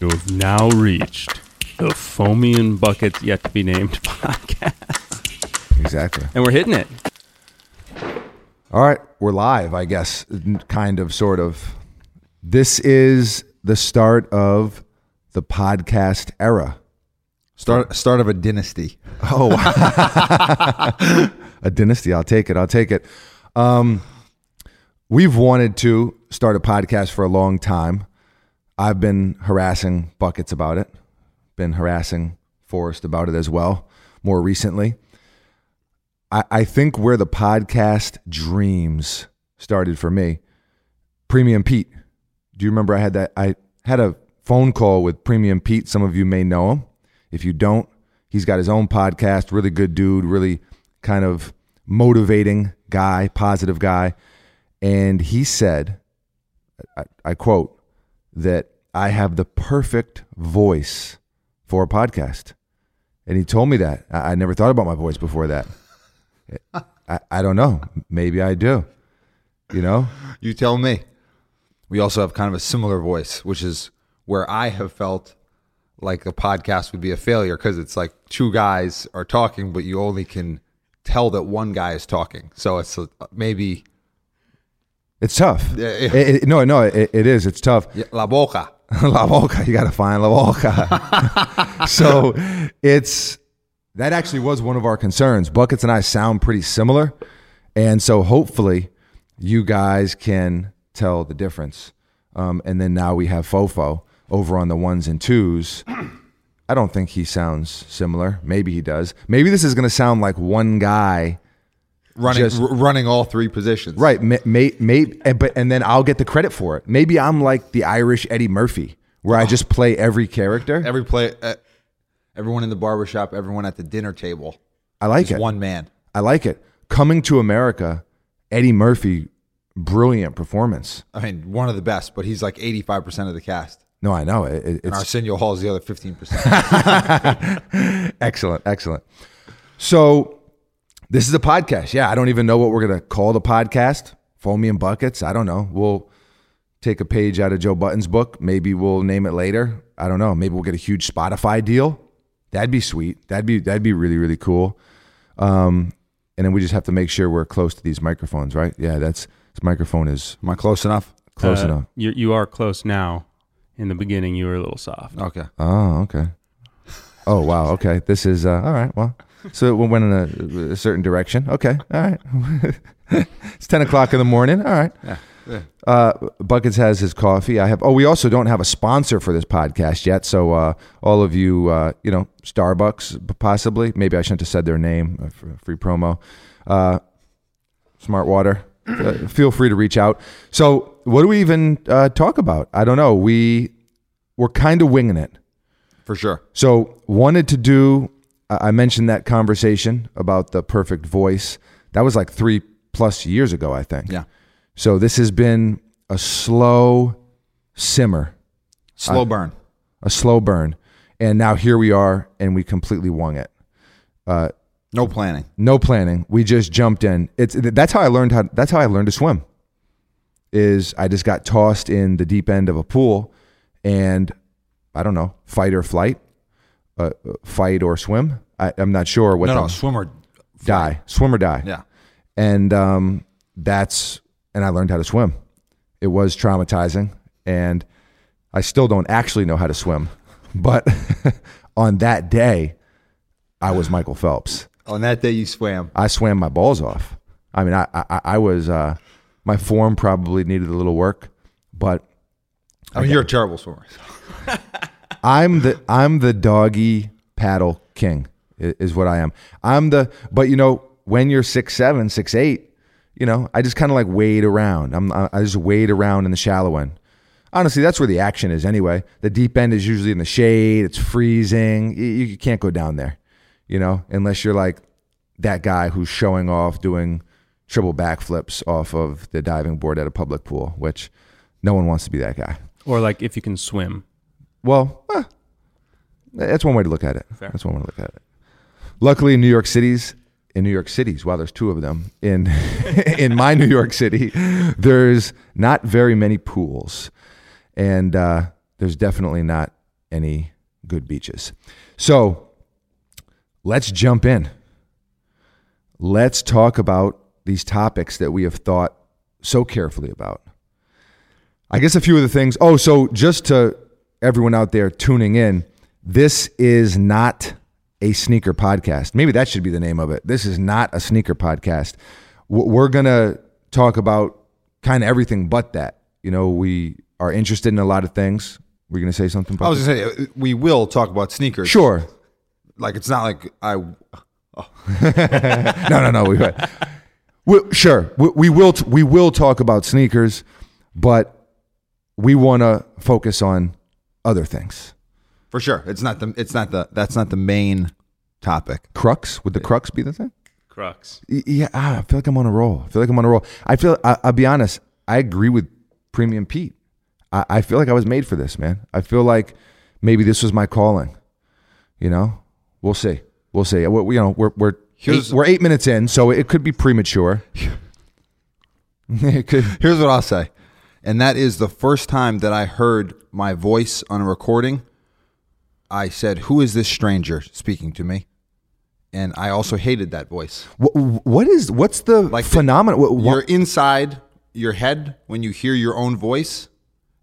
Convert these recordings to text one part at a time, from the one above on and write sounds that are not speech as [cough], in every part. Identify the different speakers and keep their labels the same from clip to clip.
Speaker 1: You have now reached the Foamy and Buckets Yet to Be Named [laughs] podcast.
Speaker 2: Exactly.
Speaker 1: And we're hitting it.
Speaker 2: All right, we're live, I guess, n- kind of, sort of. This is the start of the podcast era.
Speaker 3: Start start of a dynasty.
Speaker 2: [laughs] Oh, wow. [laughs] a dynasty. I'll take it. I'll take it. Um, we've wanted to start a podcast for a long time. I've been harassing Buckets about it, been harassing Forrest about it as well, more recently. I, I think where the podcast dreams started for me, Premium Pete. Do you remember I had that? I had a phone call with Premium Pete. Some of you may know him. If you don't, he's got his own podcast. Really good dude, really kind of motivating guy, positive guy. And he said, I, I quote, that I have the perfect voice for a podcast. And he told me that. I, I never thought about my voice before that. I, I don't know. Maybe I do. You know?
Speaker 3: You tell me. We also have kind of a similar voice, which is where I have felt like a podcast would be a failure because it's like two guys are talking, but you only can tell that one guy is talking. So it's uh, maybe
Speaker 2: It's tough.
Speaker 3: Yeah, yeah.
Speaker 2: It- it- no, no, it, it is. It's tough.
Speaker 3: yeah, la boca. [laughs]
Speaker 2: [laughs] La Boca. You got to find La Boca. [laughs] so it's that actually was one of our concerns. Buckets and I sound pretty similar. And so hopefully you guys can tell the difference. Um, and then now we have Fofo over on the ones and twos. [clears throat] I don't think he sounds similar. Maybe he does. Maybe this is going to sound like one guy.
Speaker 3: Running
Speaker 2: Just-
Speaker 3: r- running all three positions.
Speaker 2: Right. May, may, may, and- but, and then I'll get the credit for it. Maybe I'm like the Irish Eddie Murphy, where I just play every character.
Speaker 3: Every play uh, everyone in the barbershop, everyone at the dinner table.
Speaker 2: I like
Speaker 3: It's
Speaker 2: it.
Speaker 3: one man.
Speaker 2: I like it. Coming to America, Eddie Murphy, brilliant performance.
Speaker 3: I mean, one of the best, but he's like 85% of the cast.
Speaker 2: No, I know it, it-
Speaker 3: And
Speaker 2: it's
Speaker 3: Arsenio Hall is the other 15%.
Speaker 2: excellent, excellent. So this is a podcast. Yeah, I don't even know what we're gonna call the podcast. Foamy and buckets. I don't know. We'll take a page out of Joe Button's book. Maybe we'll name it later. I don't know. Maybe we'll get a huge Spotify deal. That'd be sweet. That'd be that'd be really really cool. Um, and then we just have to make sure we're close to these microphones, right? Yeah, that's this microphone is
Speaker 3: [laughs] Am I close enough?
Speaker 2: close
Speaker 1: Uh,
Speaker 2: enough.
Speaker 1: You, you are close now. In the beginning, you were a little soft.
Speaker 3: Okay.
Speaker 2: Oh, okay. Oh, wow. Okay. This is, uh, all right. Well, so it went in a, a certain direction. Okay. All right. [laughs] it's 10 o'clock in the morning. All right.
Speaker 3: Yeah. yeah.
Speaker 2: Uh, Buckets has his coffee. I have, oh, we also don't have a sponsor for this podcast yet. So, uh, all of you, uh, you know, Starbucks p- possibly, maybe I shouldn't have said their name uh, for free promo. Uh, Smart Water. Uh, feel free to reach out. So, what do we even uh, talk about? I don't know. We we're kind of winging it.
Speaker 3: For sure.
Speaker 2: So wanted to do. I I mentioned that conversation about the perfect voice. That was like three plus years ago, I think.
Speaker 3: Yeah.
Speaker 2: So this has been a slow simmer,
Speaker 3: Slow burn.
Speaker 2: a slow burn, and now here we are, and we completely won it.
Speaker 3: No planning.
Speaker 2: No planning. We just jumped in. It's that's how I learned how. That's how I learned to swim. Is I just got tossed in the deep end of a pool, and I don't know, fight or flight, uh, uh, fight or swim. I, I'm not sure what.
Speaker 3: no,
Speaker 2: the-
Speaker 3: no, swimmer.
Speaker 2: die, swim or die.
Speaker 3: Yeah.
Speaker 2: And um, that's and I learned how to swim. It was traumatizing, and I still don't actually know how to swim. But [laughs] on that day, I was Michael Phelps.
Speaker 3: On that day you swam.
Speaker 2: I swam my balls off. I mean, I I, I was uh, my form probably needed a little work, but
Speaker 3: I mean, you're a terrible swimmer.
Speaker 2: I'm the I'm the doggy paddle king i- is what I am. I'm the but you know when you're six seven six eight, you know I just kind of like wade around. I'm I I just wade around in the shallow end. Honestly, that's where the action is anyway. The deep end is usually in the shade. It's freezing. You, you can't go down there, you know, unless you're like that guy who's showing off doing triple backflips off of the diving board at a public pool, which no one wants to be that guy.
Speaker 1: Or like if you can swim.
Speaker 2: Well, eh, that's one way to look at it. That's one way to look at it. Luckily, in New York City's in New York City's, wow, there's two of them in [laughs] in my New York City. There's not very many pools, and uh, there's definitely not any good beaches. So let's jump in. Let's talk about these topics that we have thought so carefully about. I guess a few of the things. Oh, so just to everyone out there tuning in, this is not a sneaker podcast. Maybe that should be the name of it. This is not a sneaker podcast. W- We're going to talk about kind of everything but that. You know, we are interested in a lot of things. We're going to say something about
Speaker 3: I was gonna say uh, we will talk about sneakers.
Speaker 2: Sure.
Speaker 3: Like it's not like I.
Speaker 2: no, no, no. We, we- sure, we, we will. T- we will talk about sneakers, but we want to focus on other things.
Speaker 3: For sure, it's not the. It's not the. That's not the main topic.
Speaker 2: Crux would the crux be the thing?
Speaker 1: Crux.
Speaker 2: Y- Yeah, ah, I feel like I'm on a roll. I feel like I'm on a roll. I feel. I, I'll be honest. I agree with Premium Pete. I, I feel like I was made for this, man. I feel like maybe this was my calling. You know, we'll see. We'll see. We, you know, we're we're eight,
Speaker 3: Here's-
Speaker 2: we're eight minutes in, so it could be premature. it could.
Speaker 3: Here's what I'll say, and that is the first time that I heard my voice on a recording. I said, "Who is this stranger speaking to me?" And I also hated that voice.
Speaker 2: Wh- what is what's the
Speaker 3: Like the-
Speaker 2: phenomenon? Wh- wh-
Speaker 3: You're inside your head when you hear your own voice,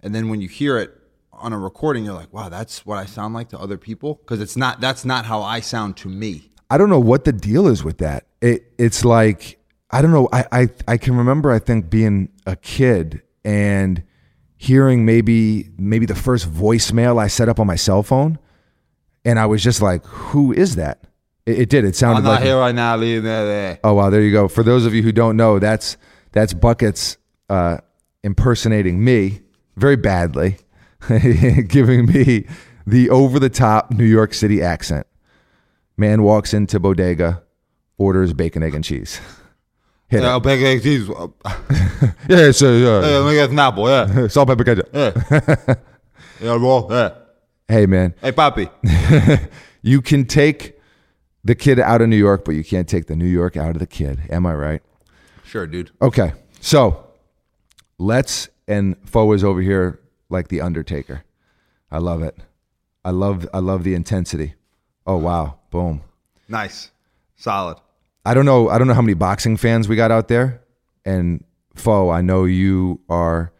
Speaker 3: and then when you hear it on a recording, you're like, "Wow, that's what I sound like to other people," because it's not. That's not how I sound to me.
Speaker 2: I don't know what the deal is with that. It it's like I don't know. I I, I can remember I think being a kid and hearing maybe maybe the first voicemail I set up on my cell phone, and I was just like, "Who is that?" It, it did. It sounded
Speaker 3: I'm not
Speaker 2: like
Speaker 3: here right now. Leave that there.
Speaker 2: Oh wow, there you go. For those of you who don't know, that's that's Buckets uh, impersonating me very badly, [laughs] giving me the over the top New York City accent. Man walks into bodega, orders bacon, egg, and cheese. [laughs] Hit
Speaker 3: Yeah, big egg cheese. Uh,
Speaker 2: it. Yeah, it's, uh,
Speaker 3: let me get an apple. Yeah,
Speaker 2: [laughs] uh, salt, pepper, ketchup.
Speaker 3: yeah, roll. Yeah.
Speaker 2: Hey man,
Speaker 3: Hey, Poppy.
Speaker 2: you can take the kid out of New York, but you can't take the New York out of the kid. Am I right?
Speaker 3: Sure, dude.
Speaker 2: Okay, so let's and Fo is over here like the Undertaker. I love it. I love I love the intensity. Oh wow, boom.
Speaker 3: Nice, solid.
Speaker 2: I don't know I don't know how many boxing fans we got out there, and Fo, I know you are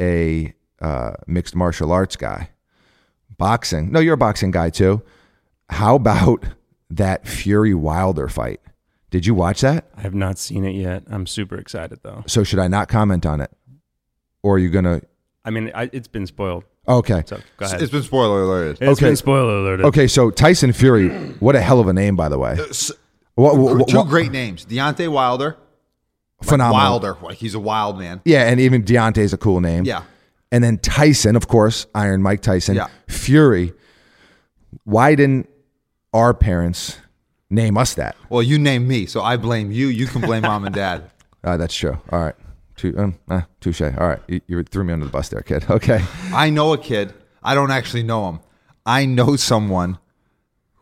Speaker 2: a uh, mixed martial arts guy. Boxing, no, you're a boxing guy too. How about that Fury Wilder fight? Did you watch that?
Speaker 1: I have not seen it yet. I'm super excited though.
Speaker 2: So should I not comment on it, or are you gonna?
Speaker 1: I mean, I, it's been spoiled.
Speaker 2: Okay.
Speaker 1: So go ahead.
Speaker 3: It's been spoiler alerted.
Speaker 1: It's
Speaker 2: okay.
Speaker 1: been spoiler alerted.
Speaker 2: Okay, so Tyson Fury, what a hell of a name, by the way. What, what- what-
Speaker 3: Uh, Two great names: Deontay Wilder,
Speaker 2: phenomenal.
Speaker 3: Wilder. Like he's a wild man.
Speaker 2: Yeah, and even Deontay's a cool name.
Speaker 3: Yeah.
Speaker 2: And then Tyson, of course, Iron Mike Tyson.
Speaker 3: Yeah.
Speaker 2: Fury. Why didn't our parents name us that?
Speaker 3: Well, you name me, so I blame you. You can blame mom and dad.
Speaker 2: Uh, that's true. All right. Tu- um, uh, touche. All right. You, you threw me under the bus there, kid. [laughs] Okay.
Speaker 3: I know a kid. I don't actually know him. I know someone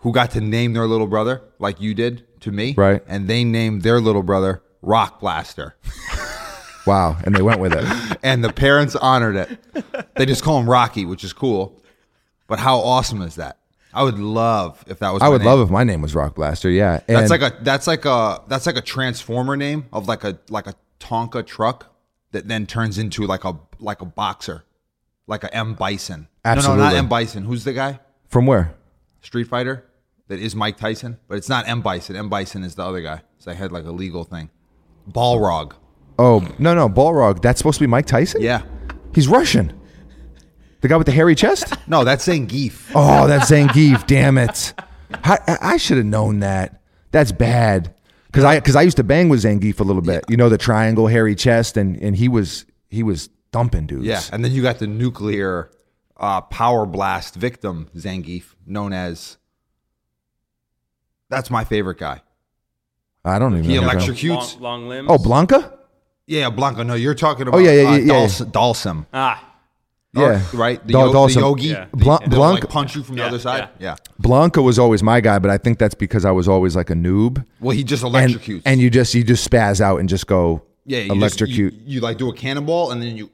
Speaker 3: who got to name their little brother like you did to me.
Speaker 2: Right.
Speaker 3: And they named their little brother Rock Blaster.
Speaker 2: Wow. And they went with
Speaker 3: [laughs]
Speaker 2: it.
Speaker 3: and the parents honored it. They just call him Rocky, which is cool. But how awesome is that? I would love if that was.
Speaker 2: I
Speaker 3: my
Speaker 2: would
Speaker 3: name.
Speaker 2: love if my name was Rock Blaster. Yeah. And
Speaker 3: That's like a that's like a that's like a transformer name of like a like a Tonka truck that then turns into like a like a boxer, like a M Bison. No, no, not
Speaker 2: Absolutely.
Speaker 3: M Bison. Who's the guy?
Speaker 2: from where?
Speaker 3: Street Fighter. That is Mike Tyson, but it's not M Bison. M Bison is the other guy. So I had like a legal thing. Balrog.
Speaker 2: Oh, no, no. Balrog. That's supposed to be Mike Tyson?
Speaker 3: Yeah.
Speaker 2: He's Russian. The guy with the hairy chest?
Speaker 3: [laughs] No, that's Zangief.
Speaker 2: Oh, that's Zangief. damn it. I, I- I should have known that. That's bad. Because I because I used to bang with Zangief a little bit. You know the triangle, hairy chest, and and he was he was dumping dudes.
Speaker 3: Yeah, and then you got the nuclear uh, power blast victim Zangief, known as. That's my favorite guy.
Speaker 2: I don't even.
Speaker 3: He
Speaker 2: know who that was.
Speaker 3: electrocutes.
Speaker 1: Long, long limbs.
Speaker 2: Oh, Blanca.
Speaker 3: Yeah, Blanco. No, you're talking about.
Speaker 2: Oh, yeah, yeah,
Speaker 3: uh,
Speaker 2: yeah, yeah.
Speaker 3: Dals- Dalsum.
Speaker 1: ah,
Speaker 2: Yeah.
Speaker 3: Or- right. The,
Speaker 2: Dal-
Speaker 3: yo- the
Speaker 2: Dalsum.
Speaker 3: yogi.
Speaker 1: Yeah.
Speaker 3: The-
Speaker 2: Blan-
Speaker 3: they'll, like,
Speaker 2: Blanc-
Speaker 3: punch you from the
Speaker 1: Yeah,
Speaker 3: other side. Yeah.
Speaker 2: Blanca was always my guy, but I think that's because I was always like a noob.
Speaker 3: Well, he just
Speaker 2: And,
Speaker 3: electrocutes.
Speaker 2: and you just you just spaz out and just go
Speaker 3: yeah, you just- you-
Speaker 2: electrocute.
Speaker 3: you, like do a cannonball and then you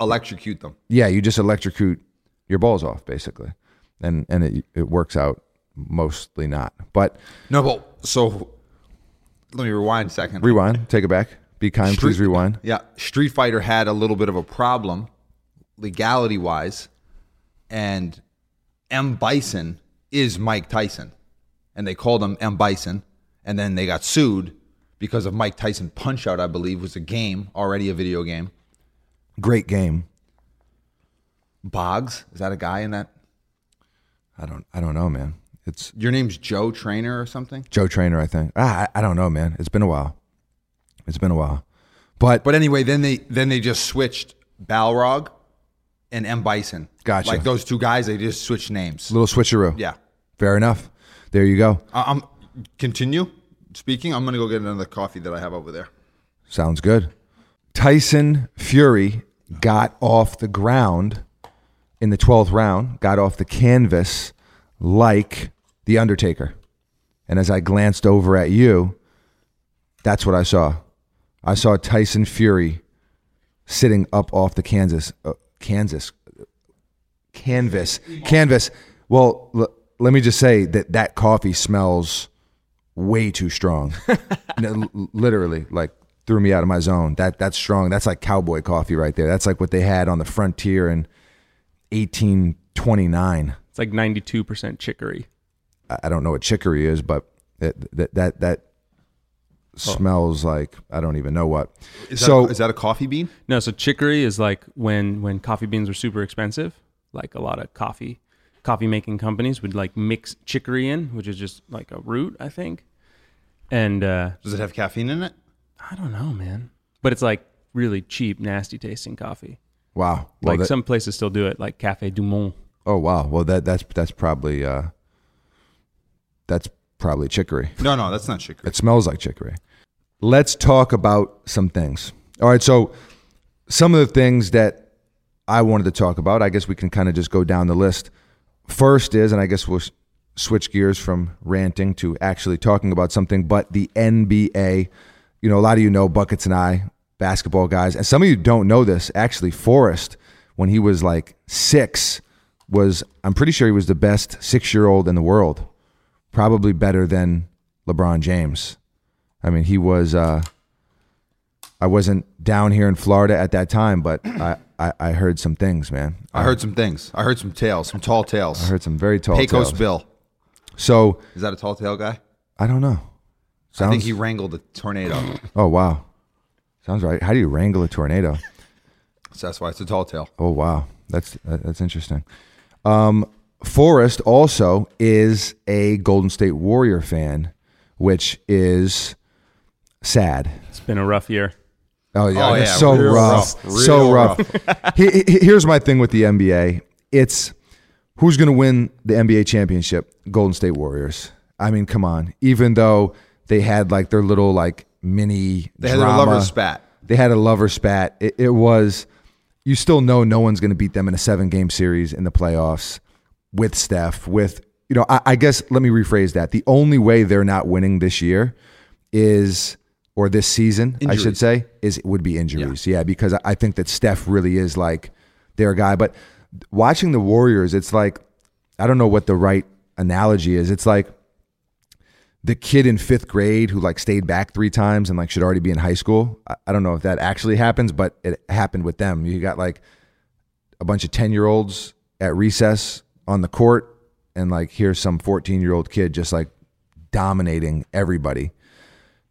Speaker 3: electrocute them.
Speaker 2: yeah, you just electrocute your balls off basically. and and it it works out mostly not. But
Speaker 3: No, but so let me rewind a second.
Speaker 2: rewind, take it back. Be kind, please rewind.
Speaker 3: Yeah, Street Fighter had a little bit of a problem legality wise, and M. Bison is Mike Tyson. And they called him M. Bison, and then they got sued because of Mike Tyson Punch Out, I believe, was a game, already a video game.
Speaker 2: Great game.
Speaker 3: Boggs, is that a guy in that?
Speaker 2: I don't I don't know, man. It's
Speaker 3: Your name's Joe Trainer or something?
Speaker 2: Joe Trainer, I think. Ah, I, I don't know, man. It's been a while. It's been a while. But,
Speaker 3: But anyway, then they then they just switched Balrog and M. Bison.
Speaker 2: Gotcha.
Speaker 3: Like those two guys, they just switched names.
Speaker 2: little switcheroo.
Speaker 3: Yeah.
Speaker 2: Fair enough. There you go.
Speaker 3: I- I'm continue speaking. I'm gonna go get another coffee that I have over there.
Speaker 2: Sounds good. Tyson Fury got off the ground in the 12th round, got off the canvas like The Undertaker. And as I glanced over at you, that's what I saw. I saw Tyson Fury sitting up off the Kansas, uh, Kansas, canvas, canvas. Well, l- let me just say that that coffee smells way too
Speaker 3: [laughs]
Speaker 2: strong. No, l- literally, like threw me out of my zone. That that's strong. That's like cowboy coffee right there. That's like what they had on the frontier in 1829.
Speaker 1: It's like 92% chicory.
Speaker 2: I, I don't know what chicory is, but that that that, that smells like I don't even know what.
Speaker 3: Oh. Is
Speaker 2: so
Speaker 3: that a, is that a coffee bean?
Speaker 1: No, so chicory is like when when coffee beans were super expensive, like a lot of coffee coffee making companies would like mix chicory in, which is just like a root, I think. And uh,
Speaker 3: Does it have caffeine in it?
Speaker 1: I don't know, man, but it's like really cheap, nasty tasting coffee.
Speaker 2: wow, well,
Speaker 1: like
Speaker 2: that-
Speaker 1: some places still do it, like Cafe Du Monde.
Speaker 2: oh wow, well that that's that's probably uh, that's probably chicory.
Speaker 3: No, no, that's not chicory.
Speaker 2: It smells like chicory. Let's talk about some things. All right, so some of the things that I wanted to talk about, I guess we can kind of just go down the list. First is, and I guess we'll s- switch gears from ranting to actually talking about something, but the NBA, you know, a lot of you know Buckets and I, basketball guys, and some of you don't know this. Actually, Forrest, when he was like six, was, I'm pretty sure he was the best six year old in the world probably better than LeBron James. I mean, he was. Uh, I wasn't down here in Florida at that time, but
Speaker 3: [clears throat]
Speaker 2: I, I, I heard some things, man.
Speaker 3: I heard some things. I heard some tales, some tall tales.
Speaker 2: I heard some very tall
Speaker 3: Pecos
Speaker 2: tales.
Speaker 3: Bill.
Speaker 2: So
Speaker 3: Is that a tall tail guy?
Speaker 2: I don't know.
Speaker 3: I
Speaker 2: Sounds.
Speaker 3: think he wrangled a tornado.
Speaker 2: oh wow, sounds right. How do you wrangle a tornado?
Speaker 3: so that's why it's a tall tale.
Speaker 2: Oh wow, that's that- that's interesting. Um, Forrest also is a Golden State Warrior fan, which is sad.
Speaker 1: It's been a rough year.
Speaker 2: Oh yeah,
Speaker 3: Oh,
Speaker 2: it's
Speaker 3: yeah,
Speaker 2: so
Speaker 3: real
Speaker 2: rough,
Speaker 3: rough,
Speaker 2: so
Speaker 3: real
Speaker 2: rough. He- he- here's my thing with the NBA: it's who's going to win the NBA championship? Golden State Warriors. I mean, come on. Even though they had like their little like mini
Speaker 3: They had
Speaker 2: drama,
Speaker 3: a lover spat.
Speaker 2: They had a lover spat. It, it was. You still know no one's going to beat them in a seven game series in the playoffs with Steph. With you know, I, I guess let me rephrase that. The only way they're not winning this year is or this season, I should
Speaker 3: Injuries.
Speaker 2: say, is would be injuries. Yeah, because I- I think that Steph really is like their guy. But watching the Warriors, it's like I don't know what the right analogy is. It's like the kid in fifth grade who like stayed back three times and like should already be in high school. I, I don't know if that actually happens, but it happened with them. You got like a bunch of 10 year olds at recess on the court, and like here's some 14 year old kid just like dominating everybody.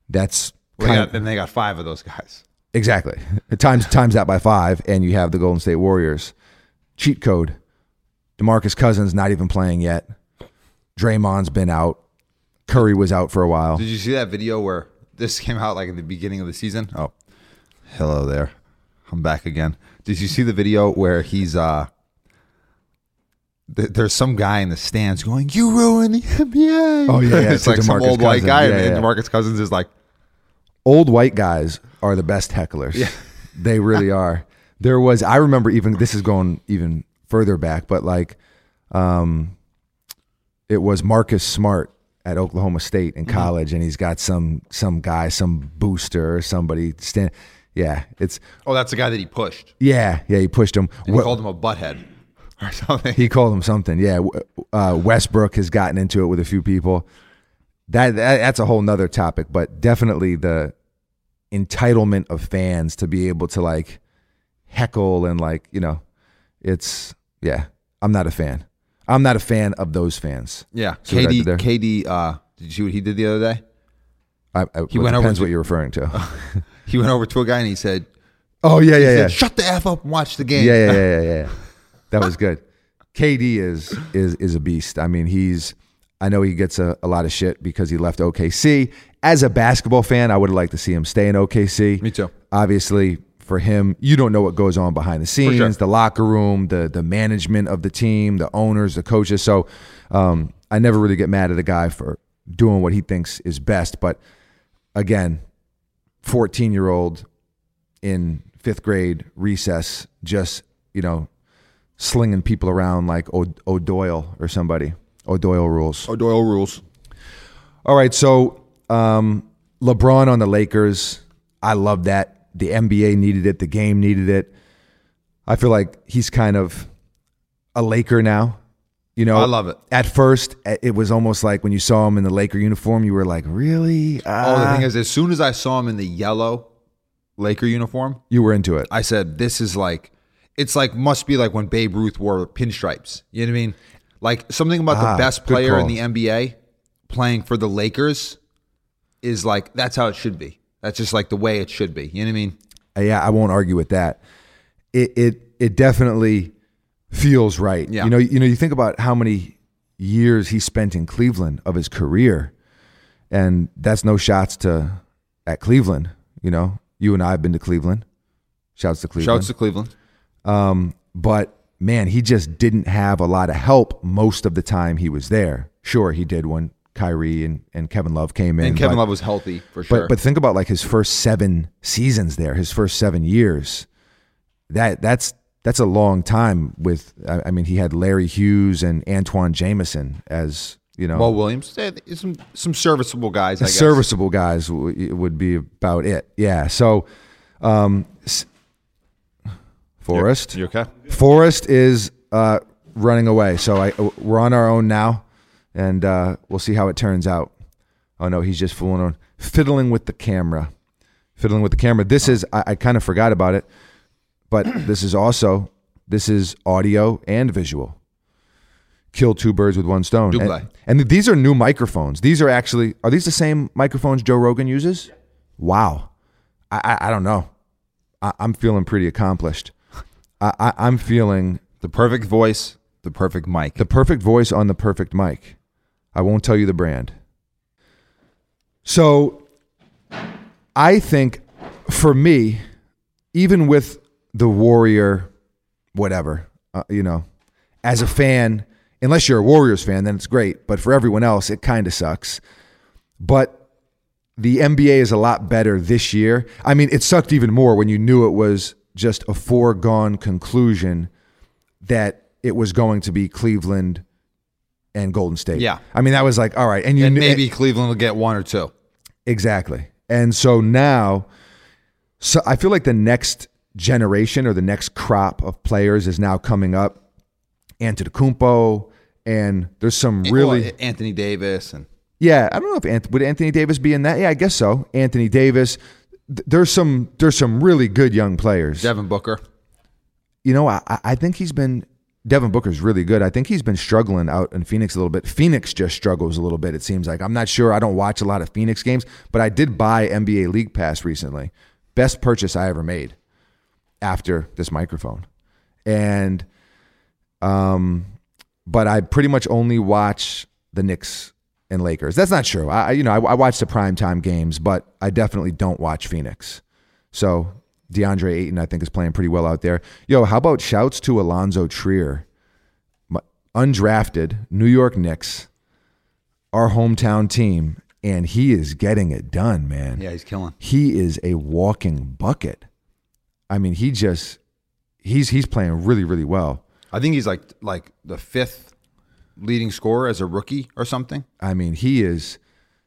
Speaker 2: That's
Speaker 3: Well, they
Speaker 2: kind
Speaker 3: got,
Speaker 2: of-
Speaker 3: then they got five of those guys.
Speaker 2: Exactly. Times times that by five, and you have the Golden State Warriors. Cheat code. Demarcus Cousins not even playing yet. Draymond's been out. Curry was out for a while.
Speaker 3: Did you see that video where this [laughs] came out like at the beginning of the season? Oh, hello there. I'm back again. Did you see the video where he's uh th- there's some guy in the stands going, "You ruined the NBA."
Speaker 2: Oh, yeah, yeah,
Speaker 3: [laughs] it's
Speaker 2: to
Speaker 3: like some
Speaker 2: DeMarcus
Speaker 3: old white
Speaker 2: Cousins.
Speaker 3: guy,
Speaker 2: Yeah,
Speaker 3: and
Speaker 2: yeah.
Speaker 3: DeMarcus Cousins is like,
Speaker 2: Old white guys are the best hecklers. [laughs] they really are. There was I remember even this is going even further back, but like um it was Marcus Smart at Oklahoma State in college and he's got some some guy, some booster or somebody stand yeah, it's
Speaker 3: "Oh, that's the guy that he pushed."
Speaker 2: Yeah, yeah, he pushed him.
Speaker 3: And
Speaker 2: What-
Speaker 3: he called him a butthead. [laughs] or something.
Speaker 2: He called him something. Yeah, w- uh, Westbrook has gotten into it with a few people. That, that that's a whole nother topic, but definitely the entitlement of fans to be able to like heckle and like you know, it's yeah. I'm not a fan. I'm not a fan of those fans.
Speaker 3: Yeah.
Speaker 2: See what I
Speaker 3: KD,
Speaker 2: did there?
Speaker 3: KD, uh, did you see what he did the other day?
Speaker 2: I, I, it
Speaker 3: went over
Speaker 2: depends
Speaker 3: to-
Speaker 2: what you're referring
Speaker 3: [laughs]
Speaker 2: to.
Speaker 3: He went over to a guy and he said,
Speaker 2: oh yeah, yeah,
Speaker 3: he
Speaker 2: yeah.
Speaker 3: said shut the F up and watch the game.
Speaker 2: Yeah, yeah, yeah, yeah, yeah. That was good. KD is is is a beast. I mean, he's I know he gets a, a lot of shit because he left OKC. As a basketball fan, I would have liked to see him stay in OKC.
Speaker 3: Me too.
Speaker 2: Obviously, for him, you don't know what goes on behind the scenes, the locker room, the the management of the team, the owners, the coaches. So um, I never really get mad at a guy for doing what he thinks is best. But again, 14 year old in fifth grade recess, just, you know, slinging people around like o- O'Doyle or somebody. O'Doyle rules.
Speaker 3: O'Doyle Oh, rules.
Speaker 2: All right. So, um, LeBron on the Lakers. I love that. The NBA needed it. The game needed it. I feel like he's kind of a Laker now. You know,
Speaker 3: I love it.
Speaker 2: At first, eh, it was almost like when you saw him in the Laker uniform, you were like, "Really?"
Speaker 3: Oh, the
Speaker 2: Ah.
Speaker 3: thing is, as soon as I saw him in the yellow Laker uniform,
Speaker 2: you were into it.
Speaker 3: I said, "This is like, it's like must be like when Babe Ruth wore pinstripes." You know what I mean? Like something about
Speaker 2: Ah,
Speaker 3: the best
Speaker 2: good
Speaker 3: player in
Speaker 2: call.
Speaker 3: the NBA playing for the Lakers is like that's how it should be. That's just like the way it should be. You know what I mean?
Speaker 2: yeah, I won't argue with that. It it it definitely feels right.
Speaker 3: Yeah.
Speaker 2: You know, you know, you think about how many years he spent in Cleveland of his career, and that's no shots to at Cleveland. You know, you and I have been to Cleveland. Shouts to Cleveland.
Speaker 3: Shouts to Cleveland.
Speaker 2: but man, he just didn't have a lot of help most of the time he was there. Sure, he did when Kyrie and, and Kevin Love came in.
Speaker 3: And Kevin
Speaker 2: but-
Speaker 3: Love was healthy for
Speaker 2: but
Speaker 3: sure.
Speaker 2: but think about like his first seven seasons there, his first seven years. That that's that's a long time. With I, I mean, he had Larry Hughes and Antoine Jameson as you know
Speaker 3: Mo Williams, eh, some some serviceable guys. I guess.
Speaker 2: serviceable guys w- would be about it. Yeah. So, um, s- Forrest,
Speaker 3: You okay?
Speaker 2: Forrest is uh, running away. So I we're on our own now, and uh, we'll see how it turns out. Oh no, he's just fooling on, fiddling with the camera, fiddling with the camera. This is I, I kind of forgot about it, but [clears throat] this is also this is audio and visual. Kill two birds with one stone.
Speaker 3: Double.
Speaker 2: And, and these are new microphones. These are actually are these the same microphones Joe Rogan uses? Wow, I I, I don't know. I, I'm feeling pretty accomplished. I, I, I'm feeling
Speaker 3: The perfect voice, the perfect mic.
Speaker 2: the perfect voice on the perfect mic. I won't tell you the brand. So I think for me, even with the Warrior, whatever, uh, you know, as a fan, unless you're a Warriors fan, then it's great. But for everyone else, it kind of sucks. But the NBA is a lot better this year. I mean, it sucked even more when you knew it was just a foregone conclusion that it was going to be Cleveland and Golden State.
Speaker 3: Yeah.
Speaker 2: I mean, that was like, all right. And you
Speaker 3: and
Speaker 2: knew,
Speaker 3: maybe Cleveland will get one or two.
Speaker 2: Exactly. And so now, so I feel like the next generation or the next crop of players is now coming up. Antetokounmpo, and there's some really,
Speaker 3: Well, Anthony Davis and
Speaker 2: yeah. I don't know if Anth- would Anthony Davis be in that. Yeah, I guess so. Anthony Davis. Th- There's some there's some really good young players.
Speaker 3: Devin Booker.
Speaker 2: you know, I, I I think he's been Devin Booker's really good. I think he's been struggling out in Phoenix a little bit. Phoenix just struggles a little bit. It seems like I'm not sure. I don't watch a lot of Phoenix games, but I did buy NBA League Pass recently. Best purchase I ever made after this microphone, and um, but I pretty much only watch the Knicks and Lakers. That's not true. I I- you know I, I watch the primetime games, but I definitely don't watch Phoenix. So DeAndre Ayton, I think, is playing pretty well out there. Yo, how about shouts to Alonzo Trier, My- undrafted New York Knicks, our hometown team, and he is getting it done, man.
Speaker 3: Yeah, he's killing.
Speaker 2: He is a walking bucket. I mean, he just he's he's playing really really well.
Speaker 3: I think he's like like the fifth leading scorer as a rookie or something.
Speaker 2: I mean, he is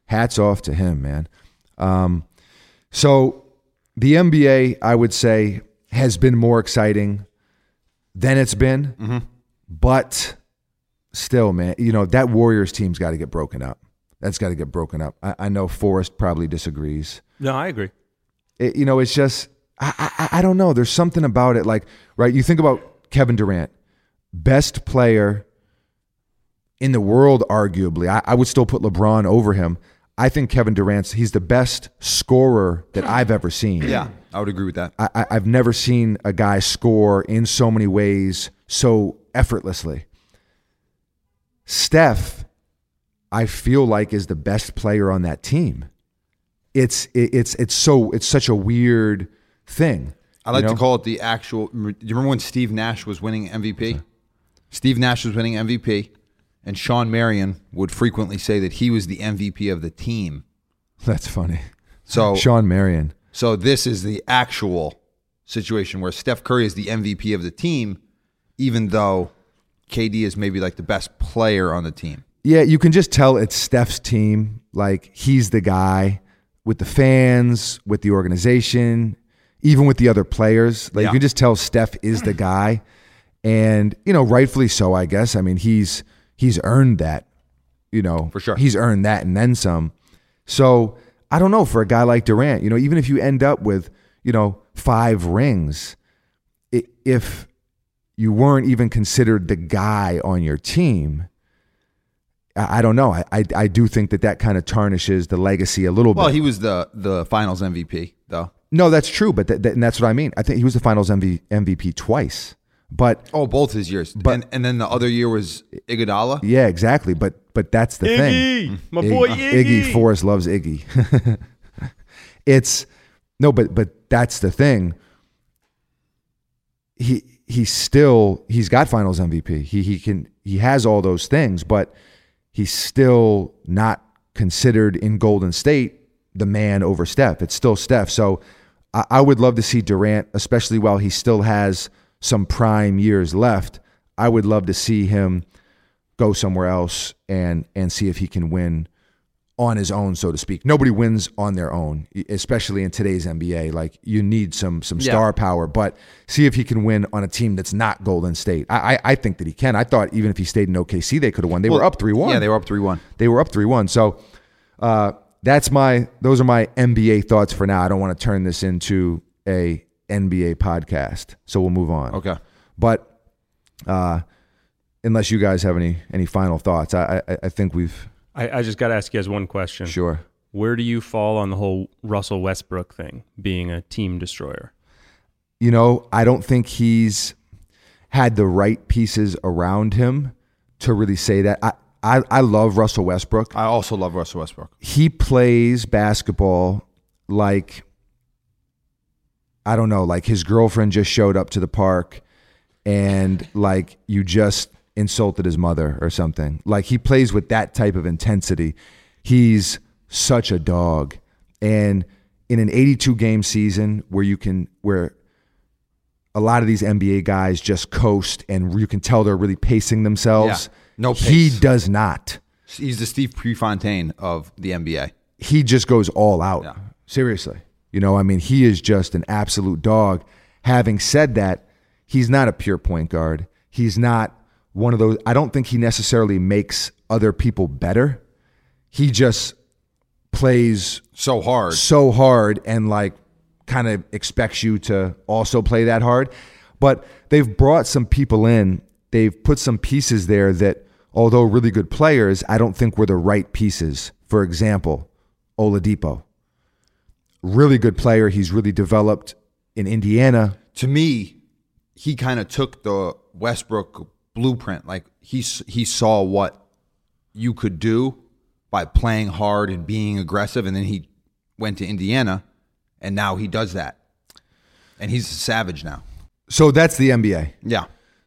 Speaker 2: hats off to him, man. Um, so the NBA, I would say, has been more exciting than it's been. But still, man, you know, that Warriors team's got to get broken up. That's got to get broken up. I, I know Forrest probably disagrees.
Speaker 1: No, I agree.
Speaker 2: It, you know, it's just, I, I, I don't know. There's something about it. Like, right, you think about Kevin Durant, best player in the world, arguably. I, I would still put LeBron over him. I think Kevin Durant's, he's the best scorer that I've ever seen.
Speaker 3: Yeah, I would agree with that.
Speaker 2: I, I, I've never seen a guy score in so many ways so effortlessly. Steph, I feel like is the best player on that team. It's it, it's it's so it's such a weird thing.
Speaker 3: I like
Speaker 2: you know?
Speaker 3: to call it the actual. Do you remember when Steve Nash was winning MVP? Steve Nash was winning MVP, and Sean Marion would frequently say that he was the MVP of the team.
Speaker 2: [laughs] that's funny.
Speaker 3: So,
Speaker 2: Sean Marion.
Speaker 3: so this is the actual situation where Steph Curry is the MVP of the team, even though KD is maybe like the best player on the team.
Speaker 2: Yeah, you can just tell it's Steph's team. Like he's the guy with the fans, with the organization, even with the other players. Like
Speaker 3: Yeah.
Speaker 2: you can just tell Steph is the guy, and you know, rightfully so, I guess. I mean, he's he's earned that. You know,
Speaker 3: For sure.
Speaker 2: he's earned that and then some. So I don't know for a guy like Durant. You know, even if you end up with you know five rings, i- if you weren't even considered the guy on your team. I I don't know. I, I, I do think that that kind of tarnishes the legacy a little
Speaker 3: Well,
Speaker 2: bit.
Speaker 3: he was the the Finals MVP though.
Speaker 2: no, that's true, but th- th- and that's what I mean. I think he was the Finals MV- MVP twice, but
Speaker 3: Oh, both his years, but, and, and then the other year was Iguodala.
Speaker 2: yeah, exactly. But but that's the thing.
Speaker 1: Iggy, my boy Iggy.
Speaker 2: Mm. uh, Iggy. Forrest loves Iggy. [laughs] it's no, but but that's the thing. He he's still he's got Finals MVP. He he can he has all those things, but he's still not considered in Golden State the man over Steph. It's still Steph. So I, I would love to see Durant, especially while he still has some prime years left. I would love to see him go somewhere else and and see if he can win on his own, so to speak. Nobody wins on their own, e, especially in today's NBA. Like you need some some
Speaker 3: Yeah.
Speaker 2: star power, but see if he can win on a team that's not Golden State. I I, I think that he can. I thought even if he stayed in OKC, they could have won. They were up three one.
Speaker 3: Yeah, they were up three one.
Speaker 2: they were up three one. So uh, that's my those are my NBA thoughts for now. I don't want to turn this into a NBA podcast, so we'll move on.
Speaker 3: Okay.
Speaker 2: But uh, unless you guys have any any final thoughts, I I, I think we've
Speaker 1: I, I just got to ask you guys one question.
Speaker 2: sure.
Speaker 1: Where do you fall on the whole Russell Westbrook thing being a team destroyer?
Speaker 2: You know, I don't think he's had the right pieces around him to really say that. I I, I love Russell Westbrook.
Speaker 3: I also love Russell Westbrook.
Speaker 2: he plays basketball like I don't know, like his girlfriend just showed up to the park and like you just insulted his mother or something. Like he plays with that type of intensity. He's such a dog. And in an 82 game season where you can where a lot of these NBA guys just coast and you can tell they're really pacing themselves.
Speaker 3: Yeah. No
Speaker 2: He
Speaker 3: pace.
Speaker 2: does not
Speaker 3: He's the Steve Prefontaine of the NBA.
Speaker 2: he just goes all out.
Speaker 3: Yeah.
Speaker 2: Seriously. You know, I mean, he is just an absolute dog. Having said that, he's not a pure point guard. He's not one of those. I don't think he necessarily makes other people better. He just plays
Speaker 3: So hard.
Speaker 2: so hard and like kind of expects you to also play that hard. But they've brought some people in. They've put some pieces there that, although really good players, I don't think were the right pieces. For example, Oladipo. Really good player. He's really developed in Indiana.
Speaker 3: to me, he kind of took the Westbrook blueprint. Like he s- he saw what you could do by playing hard and being aggressive, and then he went to Indiana, and now he does that, and he's a savage now.
Speaker 2: So that's the NBA.
Speaker 3: Yeah,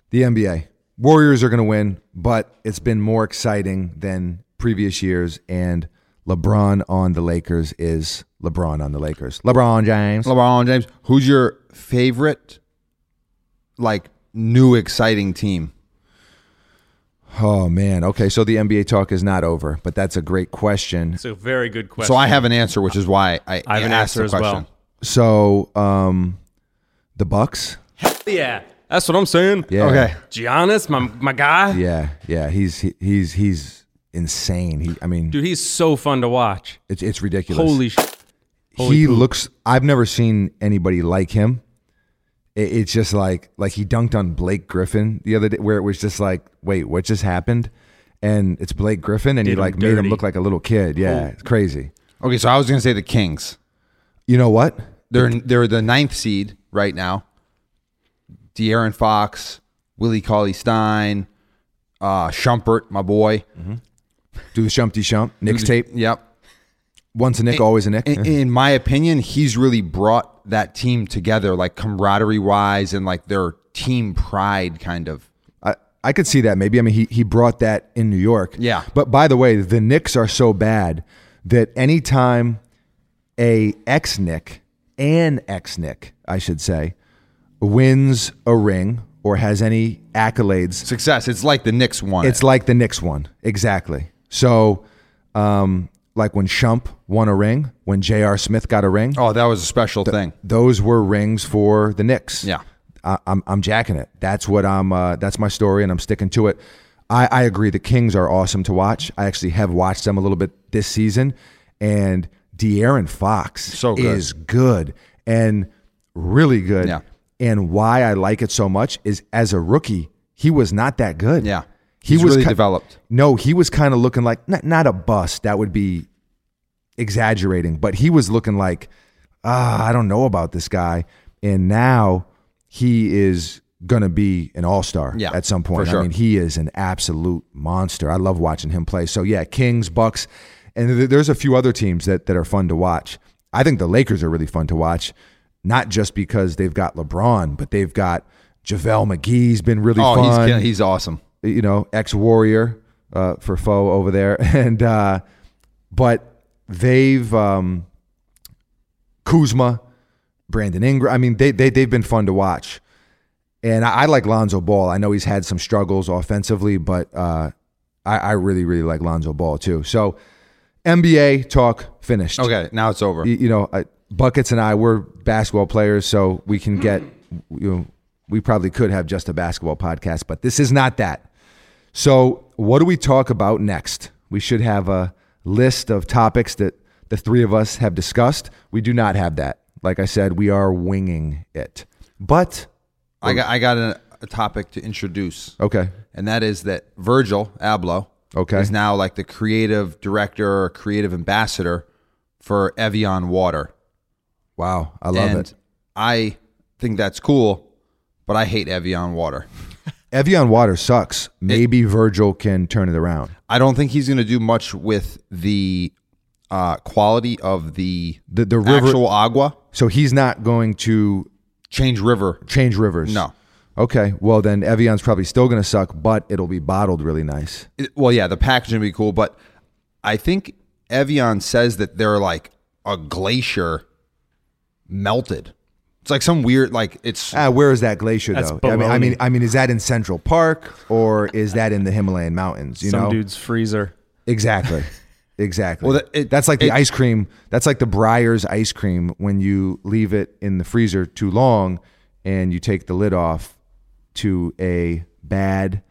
Speaker 2: the NBA. Warriors are going to win, but it's been more exciting than previous years. And LeBron on the Lakers is LeBron on the Lakers. LeBron James.
Speaker 3: LeBron James. Who's your favorite, like new exciting team?
Speaker 2: Oh, man. Okay. So the NBA talk is not over, but that's a great question.
Speaker 1: It's a very good question.
Speaker 3: So I have an answer, which is why I,
Speaker 1: I have an
Speaker 3: asked
Speaker 1: answer
Speaker 3: the
Speaker 1: as
Speaker 3: question.
Speaker 1: well.
Speaker 2: So um, the Bucks.
Speaker 1: Yeah. That's what I'm saying.
Speaker 2: Yeah.
Speaker 3: Okay.
Speaker 1: Giannis, my my guy.
Speaker 2: Yeah. Yeah. He's he, he's he's insane. He. I mean,
Speaker 1: Dude, he's so fun to watch.
Speaker 2: it's it's ridiculous.
Speaker 1: Holy shit.
Speaker 2: he looks. I've never seen anybody like him. It, it's just like like he dunked on Blake Griffin the other day, where it was just like, wait, what just happened? And it's Blake Griffin, and he
Speaker 1: Did him
Speaker 2: like made him
Speaker 1: dirty.
Speaker 2: look like a little kid. Yeah, it's crazy.
Speaker 3: Okay, so I was gonna say the Kings.
Speaker 2: You know what?
Speaker 3: They're they're the ninth seed right now. De'Aaron Fox, Willie Cauley Stein, uh, Shumpert, my boy.
Speaker 2: Do the shumpty shump, Nick's tape.
Speaker 3: Yep.
Speaker 2: Once a Nick, always a Nick.
Speaker 3: In, in my opinion, he's really brought that team together, like camaraderie wise, and like their team pride, kind of.
Speaker 2: I, I could see that maybe. I mean, he, he brought that in New York.
Speaker 3: Yeah.
Speaker 2: But by the way, the Knicks are so bad that anytime a ex Nick, an ex Nick, I should say, wins a ring or has any accolades,
Speaker 3: Success. It's like the Knicks won.
Speaker 2: it's
Speaker 3: It's
Speaker 2: like the Knicks one. Exactly. So, um, like when Shump won a ring, when J.R. Smith got a ring,
Speaker 3: oh, that was a special thing.
Speaker 2: those were rings for the Knicks.
Speaker 3: Yeah.
Speaker 2: I, I'm I'm jacking it. That's what I'm. Uh, that's my story, and I'm sticking to it. I, I agree. The Kings are awesome to watch. I actually have watched them a little bit this season, and De'Aaron Fox
Speaker 3: So good.
Speaker 2: is good and really good.
Speaker 3: Yeah.
Speaker 2: And why I like it so much is as a rookie, he was not that good.
Speaker 3: Yeah.
Speaker 2: he
Speaker 3: He's
Speaker 2: was
Speaker 3: really
Speaker 2: ki-
Speaker 3: developed.
Speaker 2: No, he was kind of looking like not not a bust. That would be exaggerating, but he was looking like, ah, I don't know about this guy. And now he is going to be an all star
Speaker 3: Yeah,
Speaker 2: at some point.
Speaker 3: for sure.
Speaker 2: I mean, he is an absolute monster. I love watching him play. So, yeah, Kings, Bucks, and th- there's a few other teams that, that are fun to watch. I think the Lakers are really fun to watch, not just because they've got LeBron, but they've got JaVale McGee's been really
Speaker 3: Oh, he's
Speaker 2: fun
Speaker 3: kill- he's awesome.
Speaker 2: you know, ex warrior uh, for foe over there, [laughs] and uh, but they've um, Kuzma, Brandon Ingram. I mean, they they they've been fun to watch, and I, I like Lonzo Ball. I know he's had some struggles offensively, but uh, I, I really really like Lonzo Ball too. So NBA talk finished.
Speaker 3: Okay, now it's over.
Speaker 2: Y- you know, I, buckets and I we're basketball players, so we can get you know we probably could have just a basketball podcast, but this is not that. So, what do we talk about next? We should have a list of topics that the three of us have discussed. We do not have that. Like I said, we are winging it. But
Speaker 3: I got I got a, a topic to introduce,
Speaker 2: okay,
Speaker 3: and that is that Virgil Abloh
Speaker 2: Okay.
Speaker 3: is now like the creative director or creative ambassador for Evian Water.
Speaker 2: wow, I love
Speaker 3: and
Speaker 2: it.
Speaker 3: I think that's cool, but I hate Evian Water.
Speaker 2: Evian water sucks. Maybe Virgil can turn it around.
Speaker 3: I don't think he's going to do much with the uh, quality of the,
Speaker 2: The the river.
Speaker 3: actual agua.
Speaker 2: so he's not going to
Speaker 3: Change river.
Speaker 2: change rivers.
Speaker 3: No.
Speaker 2: Okay. Well, then Evian's probably still going to suck, but it'll be bottled really nice.
Speaker 3: It- well, yeah, the packaging would be cool, but I think Evian says that they're like a glacier melted. It's like some weird, like it's
Speaker 2: Ah, where is that glacier though? I mean, I
Speaker 1: baloney.
Speaker 2: mean, I mean, is that in Central Park or is that in the Himalayan mountains? You
Speaker 1: Some
Speaker 2: know,
Speaker 1: dude's freezer.
Speaker 3: [laughs]
Speaker 2: exactly, exactly.
Speaker 3: Well, that- it-
Speaker 2: that's like the
Speaker 3: it-
Speaker 2: ice cream. That's like the Breyers ice cream when you leave it in the freezer too long and you take the lid off to a bad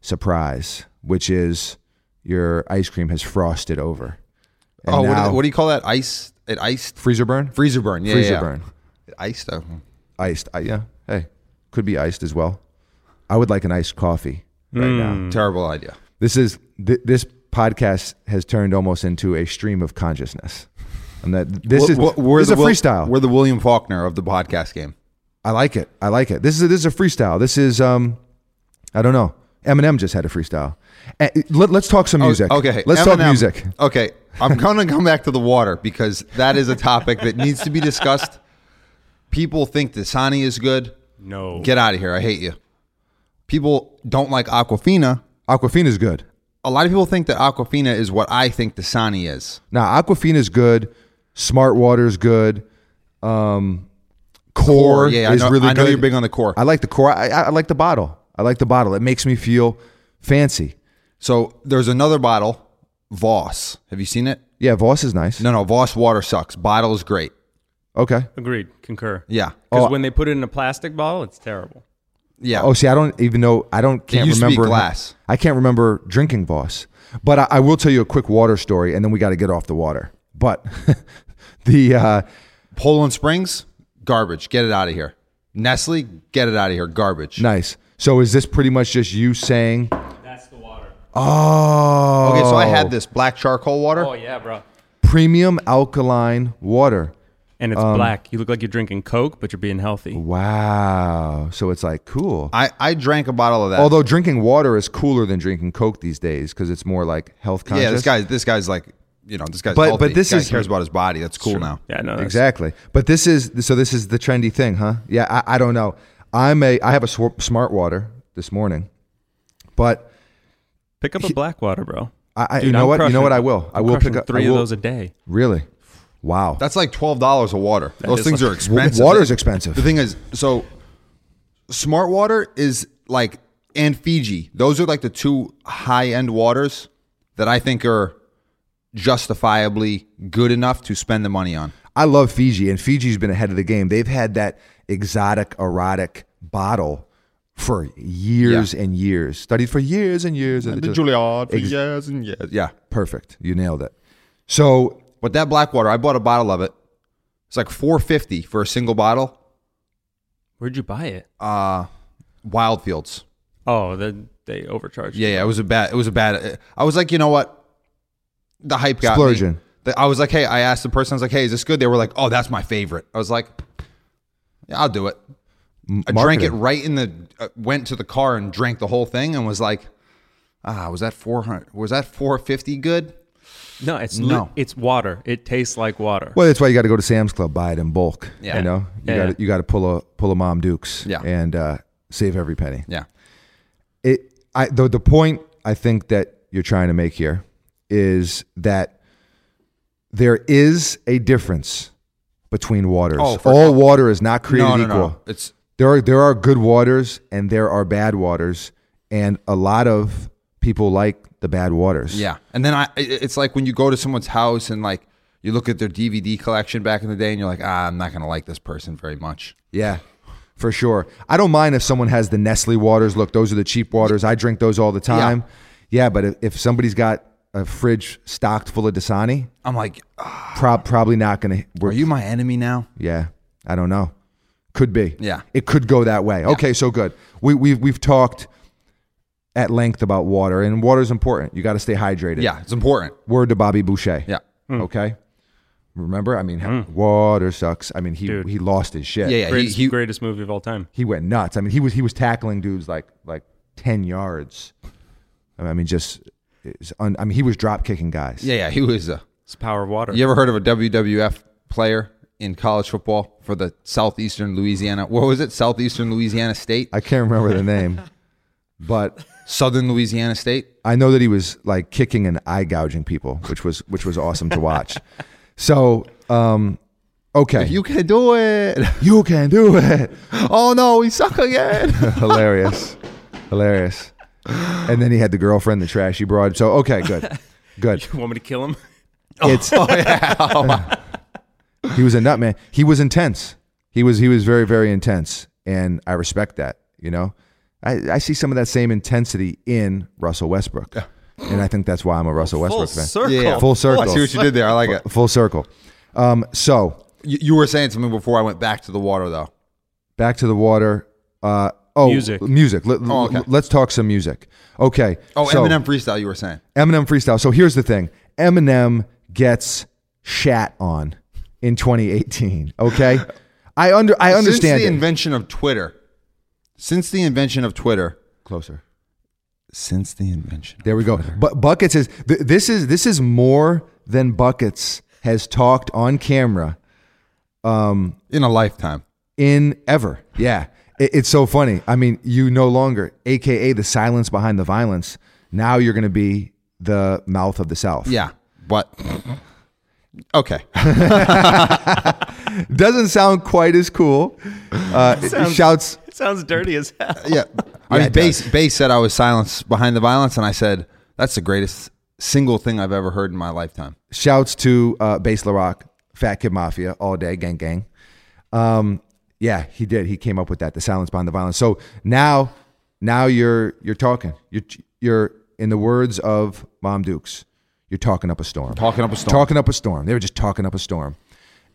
Speaker 2: surprise, which is your ice cream has frosted over. And
Speaker 3: oh, what, do
Speaker 2: now-
Speaker 3: they- what do you call that? Ice, it iced
Speaker 2: freezer burn?
Speaker 3: freezer burn. Yeah,
Speaker 2: freezer
Speaker 3: yeah.
Speaker 2: burn. Hmm.
Speaker 3: It iced. uh,
Speaker 2: iced. I, yeah. Hey, could be iced as well. I would like an iced coffee right
Speaker 3: Hmm.
Speaker 2: now.
Speaker 3: Terrible idea.
Speaker 2: This is th- this podcast has turned almost into a stream of consciousness. And that this
Speaker 3: We're-
Speaker 2: is
Speaker 3: we're- we're
Speaker 2: this
Speaker 3: the
Speaker 2: is a
Speaker 3: Wil-
Speaker 2: freestyle.
Speaker 3: We're the William Faulkner of the podcast game.
Speaker 2: I like it. I like it. This is a, this is a freestyle. This is um, I don't know. Eminem just had a freestyle. Eh, let, us talk some
Speaker 3: Oh,
Speaker 2: music.
Speaker 3: Okay.
Speaker 2: let's
Speaker 3: Eminem.
Speaker 2: talk music.
Speaker 3: Okay. I'm going to come back to the water because that is a topic that needs to be discussed. People think Dasani is good.
Speaker 1: No.
Speaker 3: Get out of here. I hate you. People don't like Aquafina.
Speaker 2: Aquafina's good.
Speaker 3: A lot of people think that Aquafina is what I think Dasani is.
Speaker 2: Now Aquafina's good. Smart Water's good. Um, core,
Speaker 3: Or, yeah, I
Speaker 2: is
Speaker 3: know,
Speaker 2: really
Speaker 3: I know
Speaker 2: good.
Speaker 3: you're big on the core.
Speaker 2: I like the core. I, I I like the bottle. I like the bottle. It makes me feel fancy.
Speaker 3: so there's another bottle, Voss. Have you seen it?
Speaker 2: Yeah, Voss is nice.
Speaker 3: No, no. Voss water sucks. Bottle is great.
Speaker 2: Okay.
Speaker 1: Agreed. Concur.
Speaker 3: Yeah.
Speaker 1: Because
Speaker 2: Oh.
Speaker 1: when they put it in a plastic bottle, it's terrible.
Speaker 3: Yeah.
Speaker 2: Oh, see, I don't even know. I don't can't
Speaker 3: used to be
Speaker 2: remember
Speaker 3: glass.
Speaker 2: I can't remember drinking Voss, but I, I will tell you a quick water story, and then we got to get off the water. But [laughs] the uh,
Speaker 3: Poland Springs, garbage. Get it out of here. Nestle, get it out of here. Garbage.
Speaker 2: nice. So is this pretty much just you saying?
Speaker 1: That's the water.
Speaker 2: Oh.
Speaker 3: Okay, so I had this black charcoal water.
Speaker 1: Oh yeah, bro.
Speaker 2: premium alkaline water.
Speaker 1: And it's black. Um, You look like you're drinking Coke, but you're being healthy.
Speaker 2: Wow. So it's like cool.
Speaker 3: I, I drank a bottle of that.
Speaker 2: Although drinking water is cooler than drinking Coke these days because it's more like health conscious.
Speaker 3: yeah, this guy this guy's like you know this guy's
Speaker 2: But-
Speaker 3: healthy.
Speaker 2: but this
Speaker 3: guy
Speaker 2: is-
Speaker 3: cares about his body. That's cool now.
Speaker 1: Yeah, no, that's-
Speaker 2: Exactly. But this is so this is the trendy thing, huh? Yeah, I, I don't know. I'm a I have a sw- smart water this morning, but
Speaker 1: Pick up a black water, bro.
Speaker 2: I, I
Speaker 1: Dude,
Speaker 2: you know
Speaker 1: I'm
Speaker 2: what you
Speaker 1: crushing-
Speaker 2: know what I will I
Speaker 1: I'm
Speaker 2: will pick
Speaker 1: crushing
Speaker 2: up I
Speaker 1: three
Speaker 2: will-
Speaker 1: of those a day.
Speaker 2: Really, wow.
Speaker 3: That's like twelve dollars a water. Those
Speaker 1: is
Speaker 3: things
Speaker 1: like-
Speaker 3: are expensive.
Speaker 2: Water is expensive.
Speaker 3: The thing is, so smart water is like and Fiji. Those are like the two high end waters that I think are justifiably good enough to spend the money on.
Speaker 2: I love Fiji, and Fiji's been ahead of the game. They've had that exotic, erotic bottle for years and years, studied for years and years. And the
Speaker 3: Juilliard for years and years. Yeah.
Speaker 2: Perfect. You nailed it. So
Speaker 3: But that black water, I bought a bottle of it. It's like four fifty for a single bottle.
Speaker 1: Where'd you buy it?
Speaker 2: Oh.
Speaker 3: Uh Wildfields.
Speaker 1: Oh, the, they overcharged.
Speaker 3: Yeah, yeah, it was a bad. It was a bad. I was like, you know what? The hype got
Speaker 2: Splurging.
Speaker 3: me. The- I was like, hey, I asked the person. I was like, hey, is this good? They were like, oh, that's my favorite. I was like, yeah, I'll do it. I drank it
Speaker 2: marketing.
Speaker 3: right in the. Uh, went to the car and drank the whole thing and was like, ah, was that four hundred? Was that four fifty good?
Speaker 1: No, it's
Speaker 3: No.
Speaker 1: no. it's water. It tastes like water.
Speaker 2: Well, that's why you got to go to Sam's Club, buy it in bulk.
Speaker 3: Yeah.
Speaker 2: you know, you
Speaker 1: Yeah.
Speaker 2: got you got to pull a pull a mom Dukes.
Speaker 3: Yeah.
Speaker 2: and uh, save every penny.
Speaker 3: Yeah,
Speaker 2: It I the the point I think that you're trying to make here is that there is a difference between waters.
Speaker 3: Oh, for
Speaker 2: All water is not created
Speaker 3: no, no,
Speaker 2: equal.
Speaker 3: no. It's
Speaker 2: There are there are good waters and there are bad waters, and a lot of people like the bad waters.
Speaker 3: Yeah, and then I, i- it's like when you go to someone's house and like you look at their DVD collection back in the day, and you're like, ah, I'm not gonna like this person very much.
Speaker 2: Yeah, for sure. I don't mind if someone has the Nestle waters. Look, those are the cheap waters. I drink those all the time. Yeah, but if, if somebody's got a fridge stocked full of Dasani,
Speaker 3: I'm like, ah,
Speaker 2: prob- probably not going to
Speaker 3: are
Speaker 2: work.
Speaker 3: you my enemy now?
Speaker 2: Yeah, I don't know. Could be.
Speaker 3: Yeah.
Speaker 2: It could go that way. Okay, so good. We, we've, we've talked at length about water, and water is important. You got to stay hydrated.
Speaker 3: Yeah, it's important.
Speaker 2: Word to Bobby Boucher.
Speaker 3: Yeah,
Speaker 2: Okay. Remember? I mean, water sucks. I mean, he,
Speaker 1: Dude.
Speaker 2: he lost his shit.
Speaker 3: yeah, yeah. He,
Speaker 1: greatest,
Speaker 3: he,
Speaker 1: greatest movie of all time.
Speaker 2: he went nuts. I mean, he was he was tackling dudes like like ten yards. I mean, I mean, just it's un, I mean, he was drop kicking guys.
Speaker 3: yeah, yeah. He was. Uh,
Speaker 1: It's the power of water.
Speaker 3: you ever heard of a WWF player in college football for the Southeastern Louisiana? What was it? Southeastern Louisiana State,
Speaker 2: I can't remember the
Speaker 3: [laughs]
Speaker 2: name, but
Speaker 3: Southern Louisiana State.
Speaker 2: I know that he was like kicking and eye gouging people, which was which was awesome to
Speaker 3: [laughs]
Speaker 2: watch. So, um, okay,
Speaker 3: You can do [laughs] it.
Speaker 2: you can do it.
Speaker 3: [laughs] Oh no, we suck
Speaker 2: [laughs]
Speaker 3: again.
Speaker 2: hilarious, hilarious. And then he had the girlfriend, the trashy broad. So okay,
Speaker 3: [laughs]
Speaker 2: good, good.
Speaker 1: [laughs] You want me to kill him?
Speaker 3: Oh.
Speaker 2: It's he was a nut man. He was intense. He was he was very very intense, and I respect that. You know, I, I see some of that same intensity in Russell Westbrook, and I think that's why I'm a Russell
Speaker 1: Full
Speaker 2: Westbrook fan.
Speaker 1: circle.
Speaker 3: Yeah.
Speaker 2: Full circle.
Speaker 3: I see what you did there. I like it.
Speaker 2: Full circle. Um, so
Speaker 3: [laughs] You, you were saying something before I went back to the water though.
Speaker 2: back to the water. Uh, oh,
Speaker 1: Music.
Speaker 2: music. Let,
Speaker 3: Oh, okay.
Speaker 2: us talk some music. Okay.
Speaker 3: Oh,
Speaker 2: so-
Speaker 3: Eminem freestyle. You were saying.
Speaker 2: Eminem freestyle. So here's the thing: Eminem gets shat on in 2018. Okay, I under I understand
Speaker 3: Since the
Speaker 2: it.
Speaker 3: invention of Twitter, since the invention of Twitter,
Speaker 2: Closer.
Speaker 3: since the invention,
Speaker 2: There we go. But buckets is th- this is this is more than buckets has talked on camera
Speaker 3: in a lifetime,
Speaker 2: in ever. Yeah, It- it's so funny. I mean, you no longer, aka the silence behind the violence. Now you're going to be the mouth of the South.
Speaker 3: yeah, but okay,
Speaker 2: doesn't sound quite as cool. Uh, it shouts.
Speaker 1: It sounds dirty as
Speaker 2: [laughs]
Speaker 1: hell.
Speaker 3: yeah. I mean,
Speaker 2: it
Speaker 3: Bass, Bass said I was silence behind the violence, and I said that's the greatest single thing I've ever heard in my lifetime.
Speaker 2: Shouts to uh, Bass La Rock, Fat Kid Mafia, all day, gang, gang. Um, Yeah, he did. He came up with that, the silence behind the violence. So now, now you're you're talking. You're you're in the words of Mom Dukes. You're talking up a storm.
Speaker 3: Talking up a storm.
Speaker 2: Talking up a storm. They were just talking up a storm,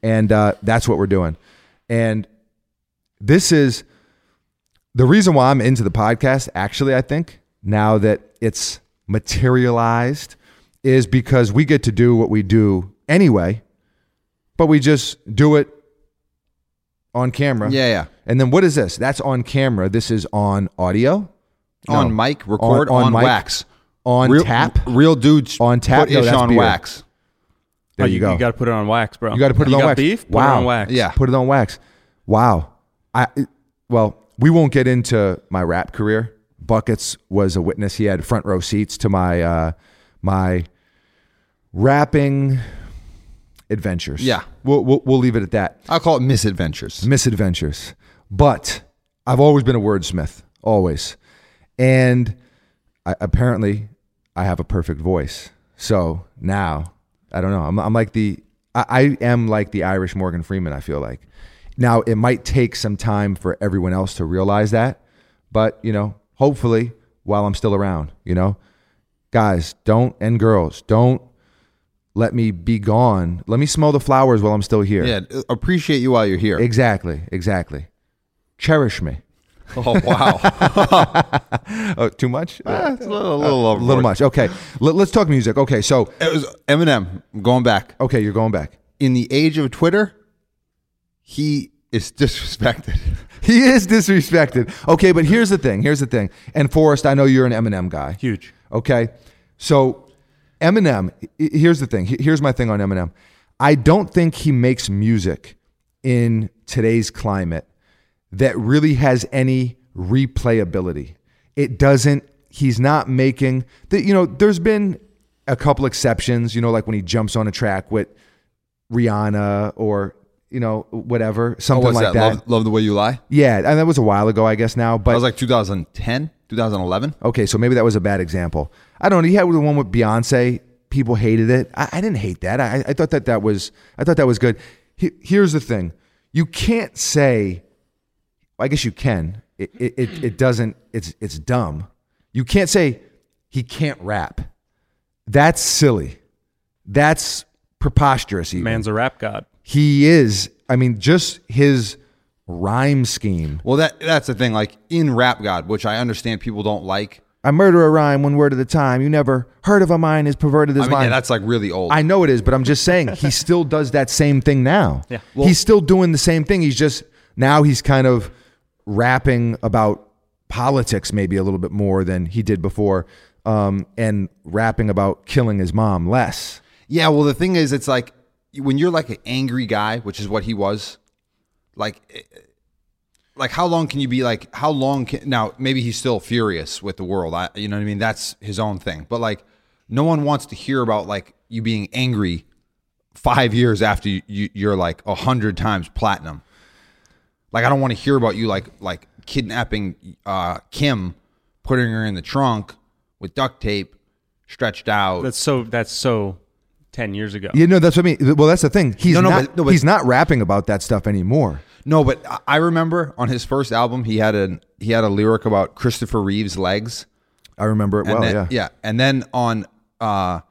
Speaker 2: and uh, that's what we're doing. And this is the reason why I'm into the podcast. Actually, I think now that it's materialized, is because we get to do what we do anyway, but we just do it on camera.
Speaker 3: Yeah, yeah.
Speaker 2: And then what is this? That's on camera. This is on audio,
Speaker 3: On
Speaker 2: No.
Speaker 3: mic, record on,
Speaker 2: mic,
Speaker 3: wax.
Speaker 2: on
Speaker 3: real,
Speaker 2: tap.
Speaker 3: Real dudes
Speaker 2: On tap?
Speaker 3: Put
Speaker 2: No,
Speaker 3: ish
Speaker 2: that's
Speaker 3: on
Speaker 2: beer.
Speaker 3: wax.
Speaker 2: There
Speaker 1: Oh,
Speaker 2: you, go.
Speaker 1: You got to put it on wax, bro.
Speaker 2: You got to put it
Speaker 1: you
Speaker 2: on
Speaker 1: got
Speaker 2: wax.
Speaker 1: Beef. Put
Speaker 2: wow.
Speaker 1: it on wax.
Speaker 3: Yeah.
Speaker 2: Put it on wax. Wow. I it- well, we won't get into my rap career. Buckets was a witness. He had front row seats to my uh my rapping adventures.
Speaker 3: Yeah.
Speaker 2: We'll we'll, we'll leave it at that.
Speaker 3: I'll call it misadventures.
Speaker 2: Misadventures. But I've always been a wordsmith, always. And I, apparently I have a perfect voice. So now, I don't know. I'm, I'm like the, I, I am like the Irish Morgan Freeman, I feel like. Now, it might take some time for everyone else to realize that. But, you know, hopefully while I'm still around, you know, guys, don't, and girls, don't let me be gone. Let me smell the flowers while I'm still here.
Speaker 3: Yeah, appreciate you while you're here.
Speaker 2: [laughs] Exactly, exactly. Cherish me.
Speaker 3: oh [laughs] wow,
Speaker 2: [laughs] Oh, too much? [laughs]
Speaker 3: that's a little, a little,
Speaker 2: a little much. Okay, Let, let's talk music. Okay, so
Speaker 3: It was Eminem going back
Speaker 2: okay, you're going back. [laughs]
Speaker 3: in the age of Twitter. He is disrespected.
Speaker 2: He is disrespected. Okay, but here's the thing. Here's the thing. And Forrest, I know you're an Eminem guy.
Speaker 1: Huge.
Speaker 2: Okay, so Eminem. h- h- Here's the thing. H- Here's my thing on Eminem. I don't think he makes music in today's climate that really has any replayability. It doesn't. He's not making that. You know, there's been a couple exceptions. You know, like when he jumps on a track with Rihanna or you know whatever something
Speaker 3: Oh, What's
Speaker 2: like
Speaker 3: that? Love, love the way you lie.
Speaker 2: yeah, and that was a while ago, I guess now. But
Speaker 3: That was like 2010, 2011.
Speaker 2: okay, so maybe that was a bad example. I don't know. He had the one with Beyonce. People hated it. I, I didn't hate that. I, I thought that that was. I thought that was good. He- here's the thing: you can't say. I guess you can. It, it it it doesn't. It's it's dumb. You can't say he can't rap. That's silly. That's preposterous. Even
Speaker 1: Man's a rap god.
Speaker 2: he is. I mean, just his rhyme scheme.
Speaker 3: Well, that that's the thing. Like in Rap God, which I understand people don't like.
Speaker 2: I murder a rhyme one word at a time. You never heard of a mind as perverted as
Speaker 3: I mean,
Speaker 2: mine.
Speaker 3: yeah, that's like really old.
Speaker 2: I know it is, but I'm just saying [laughs] he still does that same thing now.
Speaker 1: Yeah.
Speaker 2: he's still doing the same thing. He's just now he's kind of rapping about politics maybe a little bit more than he did before, um, and rapping about killing his mom less.
Speaker 3: Yeah, well, the thing is, it's like when you're like an angry guy, which is what he was. Like, eh, like how long can you be like? How long can now? Maybe he's still furious with the world. I, you know what I mean? That's his own thing. But like, no one wants to hear about like you being angry five years after you, you you're like a hundred times platinum. Like, I don't want to hear about you like like kidnapping uh, Kim, putting her in the trunk with duct tape, stretched out.
Speaker 1: That's so. That's so. Ten years ago.
Speaker 2: You know that's what I mean. Well, that's the thing. He's
Speaker 3: No, no,
Speaker 2: not.
Speaker 3: but- no, but-
Speaker 2: he's not rapping about that stuff anymore.
Speaker 3: No, but I- I remember on his first album he had an he had a lyric about Christopher Reeve's legs.
Speaker 2: I remember it
Speaker 3: And
Speaker 2: well.
Speaker 3: then,
Speaker 2: yeah.
Speaker 3: And then on uh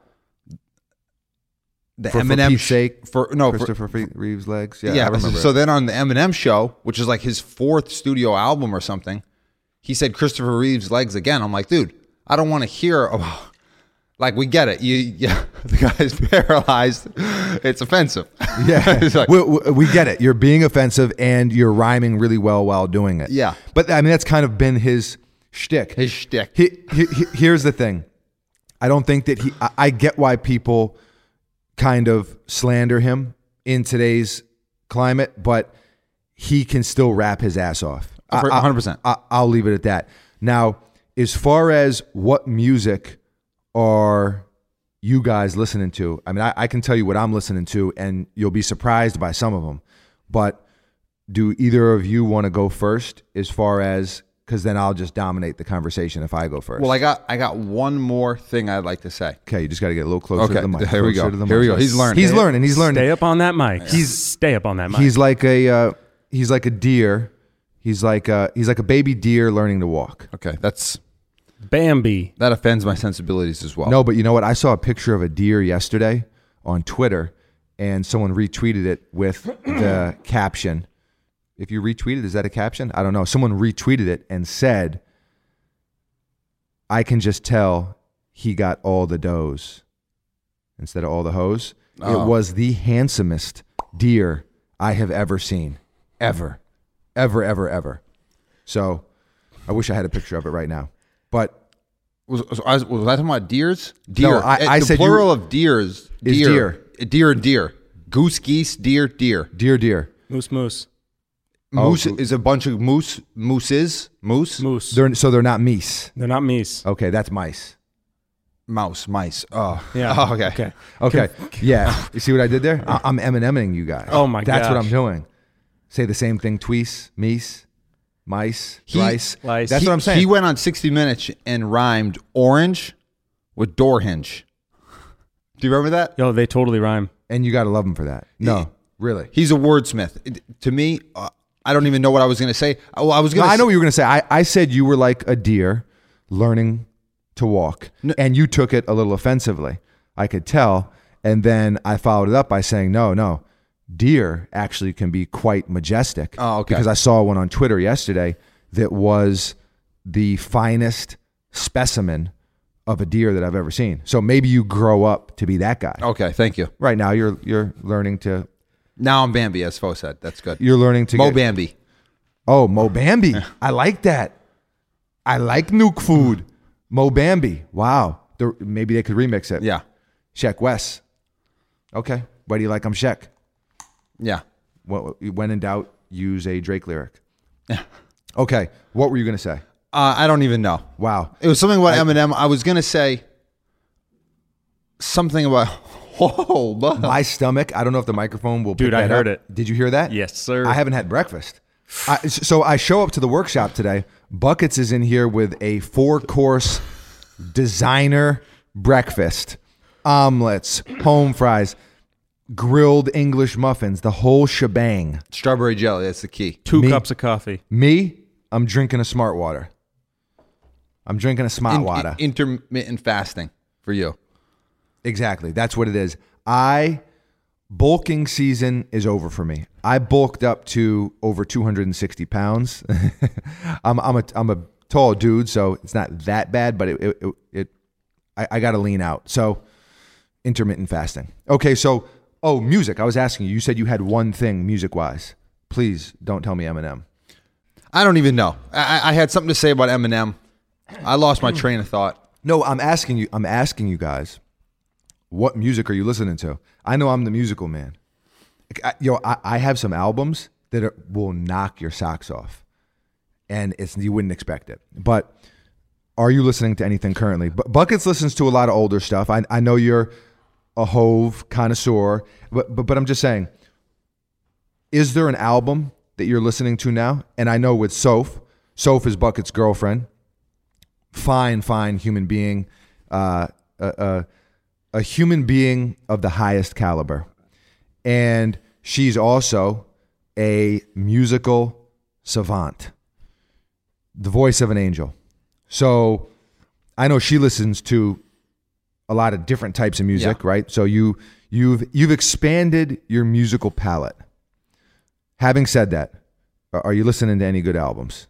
Speaker 3: the
Speaker 2: For- for
Speaker 3: Eminem
Speaker 2: Pete's
Speaker 3: sh-
Speaker 2: sake,
Speaker 3: for no for,
Speaker 2: Christopher Reeves' legs. Yeah,
Speaker 3: yeah.
Speaker 2: I remember.
Speaker 3: so
Speaker 2: it.
Speaker 3: then on the Eminem show, which is like his fourth studio album or something, he said Christopher Reeve's legs again. I'm like, dude, I don't want to hear about. Like we get it, you [laughs] yeah. The guy's [laughs] paralyzed. It's offensive.
Speaker 2: [laughs] Yeah,
Speaker 3: It's like-
Speaker 2: we, we- we get it. You're being offensive and you're rhyming really well while doing it.
Speaker 3: Yeah.
Speaker 2: but I mean that's kind of been his shtick.
Speaker 3: His shtick.
Speaker 2: He, he, he- here's the thing. I don't think that he. I, I get why people kind of slander him in today's climate, but he can still rap his ass off. I- I-
Speaker 3: 100%.
Speaker 2: I, I'll leave it at that. Now, as far as what music are you guys listening to? I mean, I, I can tell you what I'm listening to, and you'll be surprised by some of them. But do either of you want to go first as far as because then I'll just dominate the conversation if I go first?
Speaker 3: well, I got I got one more thing I'd like to say.
Speaker 2: okay, you just got to get a little closer to
Speaker 3: Okay,
Speaker 2: the mic.
Speaker 3: here we
Speaker 2: closer
Speaker 3: go.
Speaker 2: to the
Speaker 3: Here
Speaker 2: mic.
Speaker 3: we go. He's learning.
Speaker 2: He's learning. He's learning.
Speaker 1: Stay up on that mic. He's stay up on that mic.
Speaker 2: He's like a uh, he's like a deer. He's like a, he's like a baby deer learning to walk.
Speaker 3: Okay, that's
Speaker 1: Bambi.
Speaker 3: that offends my sensibilities as well.
Speaker 2: No, but you know what? I saw a picture of a deer yesterday on Twitter, and someone retweeted it with the caption. If you retweeted, is that a caption? I don't know. Someone retweeted it and said, "I can just tell he got all the does instead of all the hoes."
Speaker 3: Oh.
Speaker 2: It was the handsomest deer I have ever seen, ever, ever, ever, ever. So, I wish I had a picture of it right now, but
Speaker 3: was, was, I was was I talking about deers? Deer.
Speaker 2: I-
Speaker 3: Eh,
Speaker 2: I
Speaker 3: the
Speaker 2: said you-
Speaker 3: plural of deers.
Speaker 2: Is
Speaker 3: Deer.
Speaker 2: deer.
Speaker 3: Eh, Deer and deer. Goose, geese, deer, deer.
Speaker 2: deer, deer.
Speaker 1: Moose, moose,
Speaker 2: Oh,
Speaker 3: Moose
Speaker 2: goo-
Speaker 3: is a bunch of moose. Mooses, moose,
Speaker 1: moose. They're,
Speaker 2: They're Oh, so they're not meese.
Speaker 1: not meese.
Speaker 2: Okay, that's mice.
Speaker 3: mouse, mice. Oh,
Speaker 1: Yeah.
Speaker 3: [laughs] Oh, okay.
Speaker 1: Okay.
Speaker 2: [laughs]
Speaker 1: [laughs]
Speaker 2: Okay, yeah. You see what I did there? I, I'm Emineming you guys.
Speaker 1: Oh my
Speaker 2: That's what
Speaker 1: gosh.
Speaker 2: I'm doing. Say the same thing. Tweece, meese, mice,
Speaker 3: He-
Speaker 2: rice.
Speaker 1: Lice.
Speaker 2: That's
Speaker 1: He-
Speaker 2: what I'm saying.
Speaker 3: He went on 60 Minutes and rhymed orange with door hinge. Do you remember that?
Speaker 1: Yo, they totally rhyme.
Speaker 2: and you got to love him for that. No, really.
Speaker 3: He's a wordsmith. It- to me, uh, I don't even know what I was going to say. Oh, I was
Speaker 2: No,
Speaker 3: going to.
Speaker 2: I know what you were gonna say. I, I said you were like a deer learning to walk, and you took it a little offensively. I could tell, and then I followed it up by saying, "No, no, deer actually can be quite majestic."
Speaker 3: Oh, okay.
Speaker 2: Because I saw one on Twitter yesterday that was the finest specimen of a deer that I've ever seen. So maybe you grow up to be that guy.
Speaker 3: Okay, thank you.
Speaker 2: Right now, you're you're learning to
Speaker 3: Now I'm Bambi, as Fo said. That's good.
Speaker 2: you're learning to
Speaker 3: Mo
Speaker 2: get-
Speaker 3: Bambi.
Speaker 2: Oh, Mo Bambi. I like that. I like nuke food. Mo Bambi. Wow. There- maybe they could remix it.
Speaker 3: Yeah.
Speaker 2: Sheck Wes. Okay. Why do you like I'm Sheck?
Speaker 3: Yeah.
Speaker 2: Well, When in doubt, use a Drake lyric. okay. What were you going to say?
Speaker 3: Uh, I don't even know.
Speaker 2: Wow.
Speaker 3: It was something about Eminem. I was gonna say something about. [laughs] Whoa, bud.
Speaker 2: My stomach. I don't know if the microphone will.
Speaker 1: Uh, Dude,
Speaker 2: pick
Speaker 1: I
Speaker 2: that
Speaker 1: heard
Speaker 2: up.
Speaker 1: it.
Speaker 2: Did you hear that?
Speaker 1: Yes, sir.
Speaker 2: I haven't had breakfast. I, so I show up to the workshop today. Buckets is in here with a four-course designer breakfast, omelets, home fries, grilled English muffins, the whole shebang.
Speaker 3: strawberry jelly. That's the key.
Speaker 1: Two
Speaker 2: Me.
Speaker 1: cups of coffee.
Speaker 2: Me, I'm drinking a smart water. I'm drinking a smart
Speaker 3: In-
Speaker 2: water.
Speaker 3: intermittent fasting for you.
Speaker 2: Exactly. That's what it is. I bulking season is over for me. I bulked up to over 260 pounds. [laughs] I'm I'm a I'm a tall dude, so it's not that bad, but it it, it, it I, I got to lean out. So intermittent fasting. Okay, so oh, music. I was asking you. You said you had one thing music wise. Please don't tell me Eminem.
Speaker 3: I don't even know. I, I- I had something to say about Eminem. I lost my train of thought.
Speaker 2: No, I'm asking you. I'm asking you guys, what music are you listening to? I know I'm the musical man. Like, I, yo, I, I have some albums that are, will knock your socks off, and it's you wouldn't expect it. But are you listening to anything currently? But Buckets listens to a lot of older stuff. I, I know you're a Hove connoisseur, but, but but I'm just saying, is there an album that you're listening to now? And I know with Soph, Soph is Bucket's girlfriend fine, fine human being, uh, a, a, a human being of the highest caliber. And she's also a musical savant, the voice of an angel. So I know she listens to a lot of different types of music,
Speaker 3: Yeah.
Speaker 2: right? So you you've you've expanded your musical palette. Having said that, are are you listening to any good albums?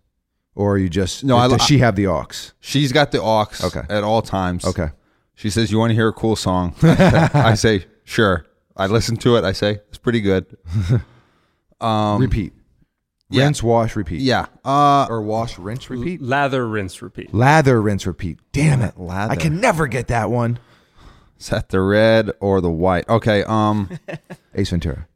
Speaker 2: Or are you just
Speaker 3: No, I
Speaker 2: does
Speaker 3: li-
Speaker 2: she have the aux?
Speaker 3: She's got the aux
Speaker 2: Okay.
Speaker 3: at all times.
Speaker 2: Okay.
Speaker 3: She says, "You want to hear a cool
Speaker 2: [laughs]
Speaker 3: song?" I say, "Sure." I listen to it. I say, "It's pretty good."
Speaker 2: repeat.
Speaker 3: yeah.
Speaker 2: Rinse, wash, repeat.
Speaker 3: Yeah. Uh,
Speaker 2: Um, Or wash, rinse, repeat.
Speaker 1: Lather, rinse, repeat.
Speaker 2: Lather, rinse, repeat. Damn it.
Speaker 3: Lather.
Speaker 2: I can never get that one.
Speaker 3: is that the red or the white? Okay.
Speaker 2: [laughs]
Speaker 3: Um. uh,
Speaker 2: Ace Ventura.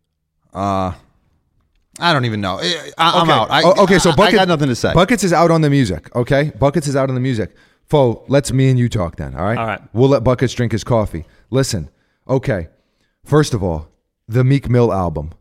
Speaker 3: I don't even know. I, I- I'm
Speaker 2: okay.
Speaker 3: out. I,
Speaker 2: Oh, okay, so
Speaker 3: I-
Speaker 2: Buckets,
Speaker 3: I got nothing to say.
Speaker 2: Buckets is out on the music. Okay, Buckets is out on the music. Fo, let's me and you talk then. All right.
Speaker 1: All right.
Speaker 2: We'll let Buckets drink his coffee. Listen. Okay. First of all, the Meek Mill album,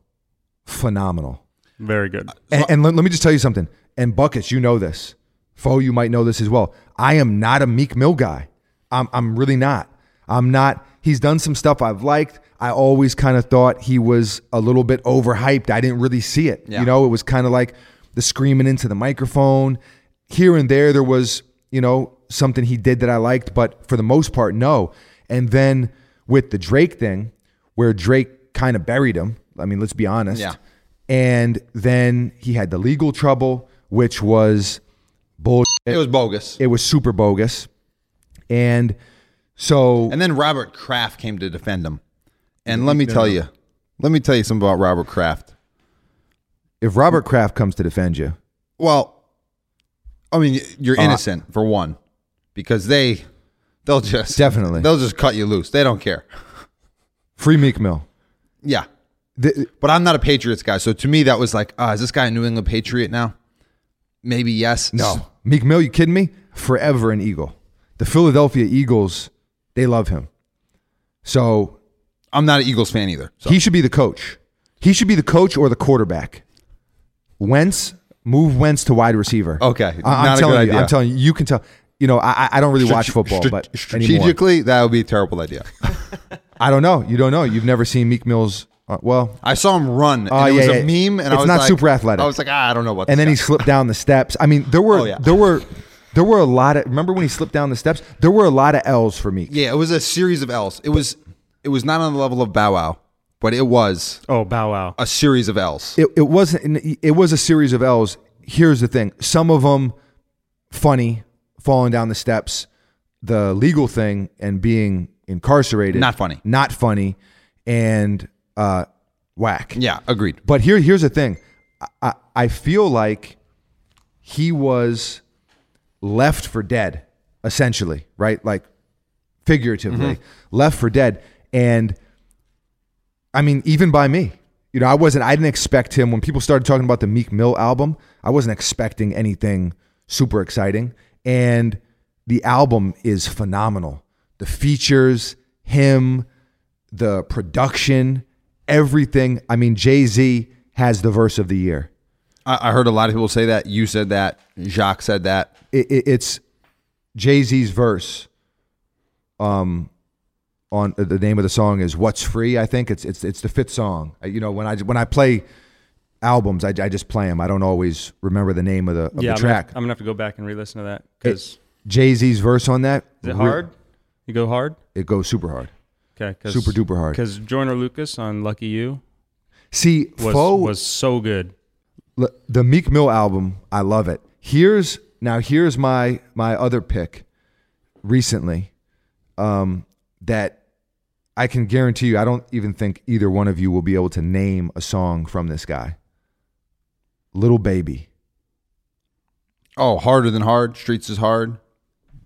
Speaker 2: phenomenal.
Speaker 1: Very good.
Speaker 2: And, and let, let me just tell you something. And Buckets, you know this. Fo, you might know this as well. I am not a Meek Mill guy. I'm, I'm really not. I'm not. He's done some stuff I've liked. I always kind of thought he was a little bit overhyped. I didn't really see it.
Speaker 3: Yeah.
Speaker 2: You know, it was kind of like the screaming into the microphone. Here and there, there was, you know, something he did that I liked, but for the most part, no. And then with the Drake thing, where Drake kind of buried him. I mean, let's be honest.
Speaker 3: Yeah.
Speaker 2: And then he had the legal trouble, which was bull.
Speaker 3: It was bogus.
Speaker 2: It was super bogus. And so
Speaker 3: And then Robert Kraft came to defend him. And let me tell you, let me tell you something about Robert Kraft.
Speaker 2: if Robert Kraft comes to defend you,
Speaker 3: Well, I mean, you're
Speaker 2: Uh,
Speaker 3: innocent for one, because they they'll just
Speaker 2: Definitely.
Speaker 3: they'll just cut you loose. They don't care.
Speaker 2: free Meek Mill.
Speaker 3: Yeah,
Speaker 2: Th-
Speaker 3: but I'm not a Patriots guy, so to me that was like, ah, is this guy a New England Patriot now? Maybe yes. [laughs]
Speaker 2: no. Meek Mill, you kidding me? Forever an Eagle. The Philadelphia Eagles, they love him. So
Speaker 3: I'm not an Eagles fan either. So
Speaker 2: He should be the coach. He should be the coach or the quarterback. Wentz, move Wentz to wide receiver.
Speaker 3: Okay,
Speaker 2: I- I'm
Speaker 3: not a
Speaker 2: telling
Speaker 3: good
Speaker 2: you.
Speaker 3: idea.
Speaker 2: I'm telling you. You can tell. You know, I I- I don't really watch
Speaker 3: Strate-
Speaker 2: football,
Speaker 3: strate-
Speaker 2: but anymore.
Speaker 3: strategically, that would be a terrible idea.
Speaker 2: I don't know. You don't know. You've never seen Meek Mill's. Uh, well,
Speaker 3: I saw him run, and
Speaker 2: Oh,
Speaker 3: it was
Speaker 2: yeah,
Speaker 3: a
Speaker 2: yeah.
Speaker 3: meme, and I
Speaker 2: It's
Speaker 3: was
Speaker 2: not
Speaker 3: like-
Speaker 2: super athletic.
Speaker 3: I was like, ah, I don't know about.
Speaker 2: and
Speaker 3: this
Speaker 2: then he
Speaker 3: guy.
Speaker 2: slipped down the steps. I mean, there were
Speaker 3: Oh, yeah.
Speaker 2: there were there were a lot of. Remember when he slipped down the steps? There were a lot of L's for Meek.
Speaker 3: Yeah, it was a series of L's. It was it was not on the level of Bow Wow, but it was
Speaker 1: Oh, Bow Wow.
Speaker 3: a series of L's.
Speaker 2: It, it wasn't. It was a series of L's. Here's the thing. Some of them funny, falling down the steps, the legal thing, and being incarcerated.
Speaker 3: Not funny.
Speaker 2: Not funny, and uh, whack.
Speaker 3: yeah, agreed.
Speaker 2: But here, here's the thing. I- I, I feel like he was left for dead, essentially, right? Like figuratively,
Speaker 3: Mm-hmm.
Speaker 2: left for dead. And I mean, even by me, you know, I wasn't, I didn't expect him when people started talking about the Meek Mill album, I wasn't expecting anything super exciting. And the album is phenomenal. The features, him, the production, everything. I mean, Jay Z has the verse of the year.
Speaker 3: I, I heard a lot of people say that. You said that. Jacques said that.
Speaker 2: It, it, it's Jay Z's verse. Um, on uh, the name of the song is "What's Free." I think it's it's it's the fifth song. Uh, You know, when I when I play albums, I, I just play them. I don't always remember the name of the, of
Speaker 1: yeah,
Speaker 2: the
Speaker 1: I'm gonna,
Speaker 2: track.
Speaker 1: have, I'm gonna have to go back and re-listen to that because
Speaker 2: Jay Z's verse on that
Speaker 1: is it
Speaker 2: re-
Speaker 1: hard? You go hard.
Speaker 2: It goes super hard,
Speaker 1: Okay, cause,
Speaker 2: super duper hard.
Speaker 1: Because Joyner Lucas on Lucky You
Speaker 2: See,
Speaker 1: was
Speaker 2: Foe
Speaker 1: was so good.
Speaker 2: L- the Meek Mill album, I love it. Here's now here's my my other pick recently um, that I can guarantee you I don't even think either one of you will be able to name a song from this guy. Little Baby.
Speaker 3: Oh, harder than hard. Streets is hard.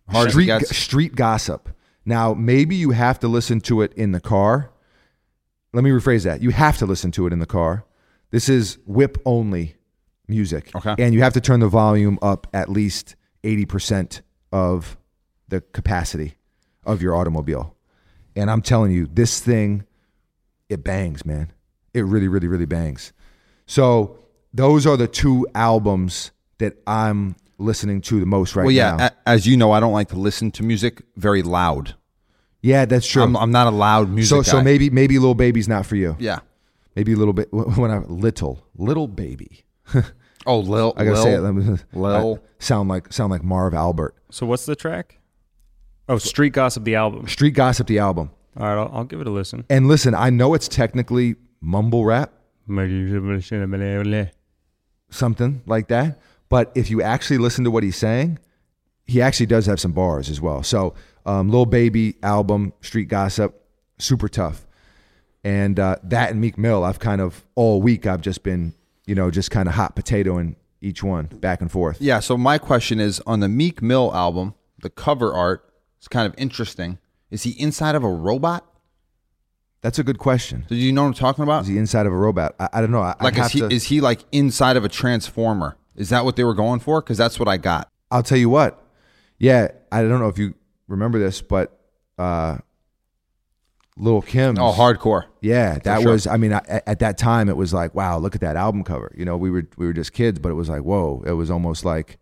Speaker 3: Hard
Speaker 2: street,
Speaker 3: as it gets.
Speaker 2: street gossip. Now, maybe you have to listen to it in the car. Let me rephrase that. You have to listen to it in the car. This is whip only music.
Speaker 3: Okay.
Speaker 2: And you have to turn the volume up at least 80% of the capacity of your automobile. And I'm telling you, this thing, it bangs, man. It really, really, really bangs. So those are the two albums that I'm listening to the most right
Speaker 3: Well, yeah.
Speaker 2: now.
Speaker 3: a- as you know, I don't like to listen to music very loud.
Speaker 2: yeah, that's true.
Speaker 3: I'm, I'm not a loud music
Speaker 2: So,
Speaker 3: guy.
Speaker 2: so maybe maybe little baby's not for you.
Speaker 3: yeah.
Speaker 2: Maybe little bit when I little little baby.
Speaker 3: Oh, Lil.
Speaker 2: I gotta
Speaker 3: Lil,
Speaker 2: say it. Let me- [laughs]
Speaker 3: Lil.
Speaker 2: I sound like sound like Marv Albert.
Speaker 1: So what's the track? Oh, Street Gossip, the album.
Speaker 2: Street Gossip, the album.
Speaker 1: All right, I'll, I'll give it a listen.
Speaker 2: And listen, I know it's technically mumble rap,
Speaker 1: That's
Speaker 2: something like that. But if you actually listen to what he's saying, he actually does have some bars as well. So, um, Lil Baby album, Street Gossip, super tough. And uh, that and Meek Mill, I've kind of all week, I've just been, you know, just kind of hot potatoing each one back and forth.
Speaker 3: Yeah. So my question is on the Meek Mill album, the cover art is kind of interesting. Is he inside of a robot?
Speaker 2: That's a good question.
Speaker 3: Do you know what I'm talking about?
Speaker 2: Is he inside of a robot? I, I don't know. I, I'd
Speaker 3: Like, is
Speaker 2: have
Speaker 3: he,
Speaker 2: to,
Speaker 3: is he like inside of a transformer? Is that what they were going for? Because that's what I got.
Speaker 2: I'll tell you what. Yeah, I don't know if you remember this, but uh, Little Kim.
Speaker 3: Oh, hardcore.
Speaker 2: Yeah, that
Speaker 3: sure.
Speaker 2: was. I mean, I, at that time, it was like, wow, look at that album cover. You know, we were we were just kids, but it was like, whoa, it was almost like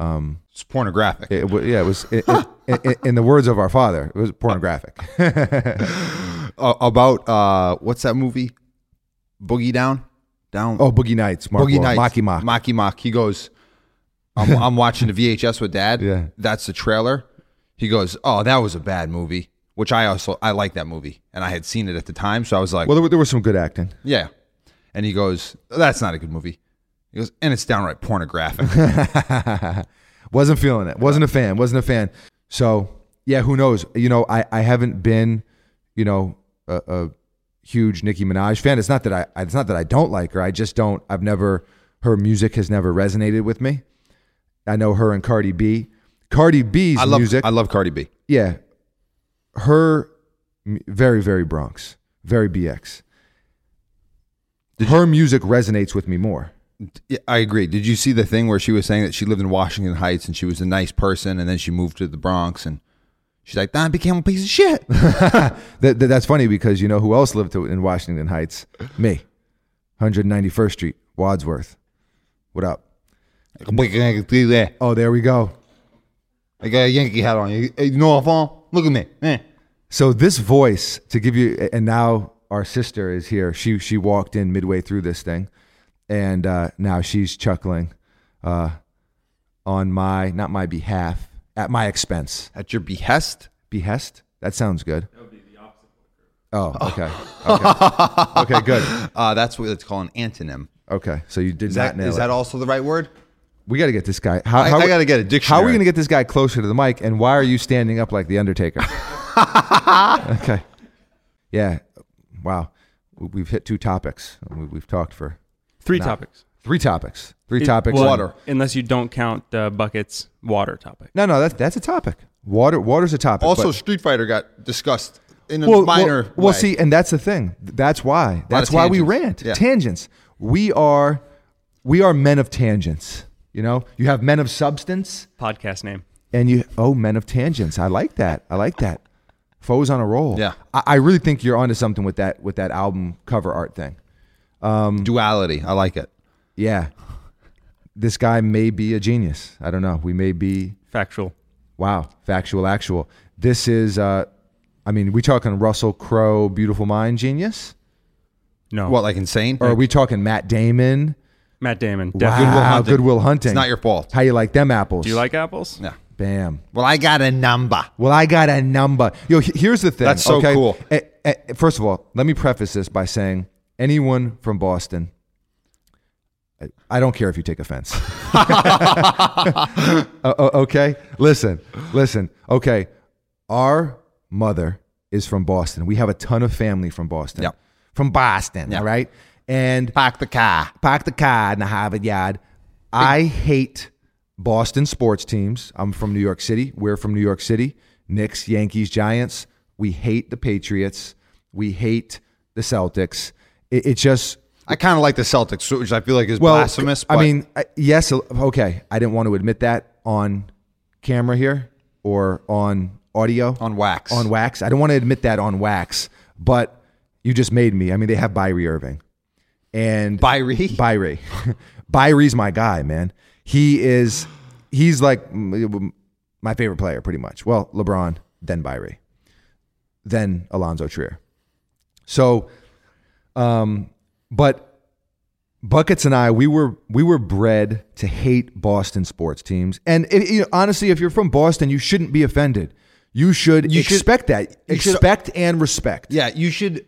Speaker 3: It's pornographic.
Speaker 2: It, wa- yeah, it was it, it, in- in the words of our father, it was pornographic. [laughs]
Speaker 3: Uh, about uh, what's that movie? Boogie Down? Down?
Speaker 2: Oh, Boogie Nights, Mark
Speaker 3: Boogie
Speaker 2: Wahlberg,
Speaker 3: Nights.
Speaker 2: Mocky Mock.
Speaker 3: Mocky Mock. He goes,
Speaker 2: [laughs]
Speaker 3: I'm, I'm watching the VHS with dad.
Speaker 2: Yeah.
Speaker 3: That's the trailer. He goes, Oh, that was a bad movie, which I also, I like that movie. And I had seen it at the time. So I was like,
Speaker 2: Well, there, were- there was some good acting.
Speaker 3: Yeah. And he goes, That's not a good movie. He goes, And it's
Speaker 2: [laughs]
Speaker 3: downright pornographic.
Speaker 2: wasn't feeling it. Wasn't a fan. Wasn't a fan. So yeah, who knows? You know, I, I haven't been, you know, a, a huge Nicki Minaj fan. It's not that I it's not that I don't like her. I just don't. I've never her music has never resonated with me. I know her and Cardi B. Cardi B's
Speaker 3: I love
Speaker 2: music.
Speaker 3: I love Cardi B.
Speaker 2: yeah, her m- very very Bronx, very BX. her music resonates with me more.
Speaker 3: Yeah, I agree. Did you see the thing where she was saying that she lived in Washington Heights and she was a nice person and then she moved to the Bronx and she's like, Don became a piece of shit.
Speaker 2: [laughs] That, that- that's funny because you know who else lived to- in Washington Heights? Me, 191st Street, Wadsworth. What up?
Speaker 3: I
Speaker 2: Oh, there we go.
Speaker 3: got a Yankee hat on. You you know what I'm from? Look at me. Eh.
Speaker 2: So this voice to give you, and now our sister is here. She she walked in midway through this thing, and uh, now she's chuckling uh, on my not my behalf at my expense.
Speaker 3: At your behest?
Speaker 2: Behest. That sounds good. That would be the opposite. Oh, okay. Okay, okay good.
Speaker 3: Uh, that's what it's called an antonym.
Speaker 2: Okay. So you did
Speaker 3: Is
Speaker 2: not
Speaker 3: that,
Speaker 2: nail
Speaker 3: is
Speaker 2: it.
Speaker 3: that also the right word?
Speaker 2: We got to get this guy. How,
Speaker 3: I-
Speaker 2: how,
Speaker 3: I gotta
Speaker 2: How
Speaker 3: get a
Speaker 2: are we
Speaker 3: dictionary.
Speaker 2: going to get this guy closer to the mic? And why are you standing up like the
Speaker 3: [laughs]
Speaker 2: Undertaker? okay. Yeah. Wow. We- We've hit two topics. We- We've talked for
Speaker 1: Three topics.
Speaker 2: three topics. Three
Speaker 1: It-
Speaker 2: topics.
Speaker 1: well,
Speaker 2: on-
Speaker 1: Unless you don't count uh, buckets, water topic.
Speaker 2: No, no. That's that's a topic. Water. Water's a topic.
Speaker 3: Also,
Speaker 2: but-
Speaker 3: Street Fighter got discussed in a
Speaker 2: well,
Speaker 3: minor
Speaker 2: well, well,
Speaker 3: way.
Speaker 2: see, and that's the thing. That's why. That's
Speaker 3: of
Speaker 2: why we
Speaker 3: tangents.
Speaker 2: rant.
Speaker 3: Yeah.
Speaker 2: Tangents. We are, we are men of tangents. You know, you have men of substance.
Speaker 1: Podcast name.
Speaker 2: And you, oh, men of tangents. I like that. I like that. Foes on a roll.
Speaker 3: Yeah.
Speaker 2: I, I really think you're onto something with that with that album cover art thing.
Speaker 3: duality. I like it.
Speaker 2: Yeah. This guy may be a genius. I don't know. We may be
Speaker 1: Factual.
Speaker 2: wow, factual, actual. This is uh I mean, we talking Russell Crowe, Beautiful Mind genius?
Speaker 1: No.
Speaker 3: What, like insane?
Speaker 2: Or are we talking Matt Damon?
Speaker 1: Matt Damon.
Speaker 2: Wow,
Speaker 1: Definitely.
Speaker 2: Goodwill Hunting.
Speaker 3: Hunting.
Speaker 2: Hunting.
Speaker 3: it's not your fault.
Speaker 2: How you like them apples?
Speaker 1: Do you like apples?
Speaker 3: Yeah.
Speaker 2: Bam.
Speaker 3: Well, I got a number.
Speaker 2: Well, I got a number. Yo, he- here's the thing.
Speaker 3: That's so
Speaker 2: okay?
Speaker 3: cool.
Speaker 2: Eh, eh, First of all, let me preface this by saying anyone from Boston, I- I don't care if you take
Speaker 3: [laughs]
Speaker 2: offense. [laughs] O- o- okay? Listen, listen. Okay. Our mother is from Boston. We have a ton of family from Boston.
Speaker 3: Yep.
Speaker 2: From Boston, all right? And
Speaker 3: Park the car.
Speaker 2: park the car in the Harvard yard. I hate Boston sports teams. I'm from New York City. We're from New York City. Knicks, Yankees, Giants. We hate the Patriots. We hate the Celtics. It, it just
Speaker 3: I kind of like the Celtics, which I feel like is
Speaker 2: well,
Speaker 3: blasphemous.
Speaker 2: I
Speaker 3: but-
Speaker 2: mean, I- yes, okay. I didn't want to admit that on camera here or on audio
Speaker 3: on wax.
Speaker 2: on wax. I don't want to admit that on wax, but you just made me. I mean, they have Byrie Irving and
Speaker 3: Byrie?
Speaker 2: Byrie. [laughs] Byrie's my guy, man. He is. He's like m- my favorite player, pretty much. Well, LeBron, then Byrie, then Alonzo Trier. So, um, but Buckets and I, we were we were bred to hate Boston sports teams, and it, you know, honestly, if you're from Boston, you shouldn't be offended. You should
Speaker 3: You should-
Speaker 2: expect that,
Speaker 3: you should-
Speaker 2: expect and respect.
Speaker 3: Yeah, you should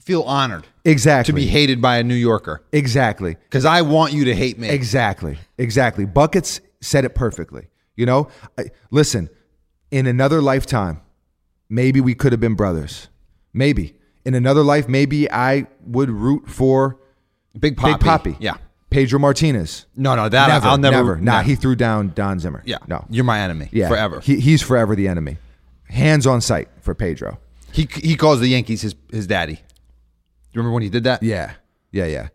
Speaker 3: feel honored
Speaker 2: exactly.
Speaker 3: to be hated by a New Yorker
Speaker 2: exactly.
Speaker 3: because I want you to hate me.
Speaker 2: Exactly. Exactly. Buckets said it perfectly. You know, I, listen, in another lifetime, maybe we could have been brothers. Maybe. In another life, maybe I would root for
Speaker 3: Big Poppy.
Speaker 2: Big Poppy.
Speaker 3: Yeah.
Speaker 2: Pedro Martinez.
Speaker 3: No, no, that
Speaker 2: never,
Speaker 3: I'll never.
Speaker 2: Nah,
Speaker 3: no.
Speaker 2: he threw down Don Zimmer.
Speaker 3: Yeah.
Speaker 2: No.
Speaker 3: You're my enemy.
Speaker 2: Yeah.
Speaker 3: Forever. He,
Speaker 2: He, he's forever the enemy. Hands on sight for Pedro.
Speaker 3: he calls the Yankees his his daddy. You remember when he did that?
Speaker 2: Yeah. Yeah. Yeah.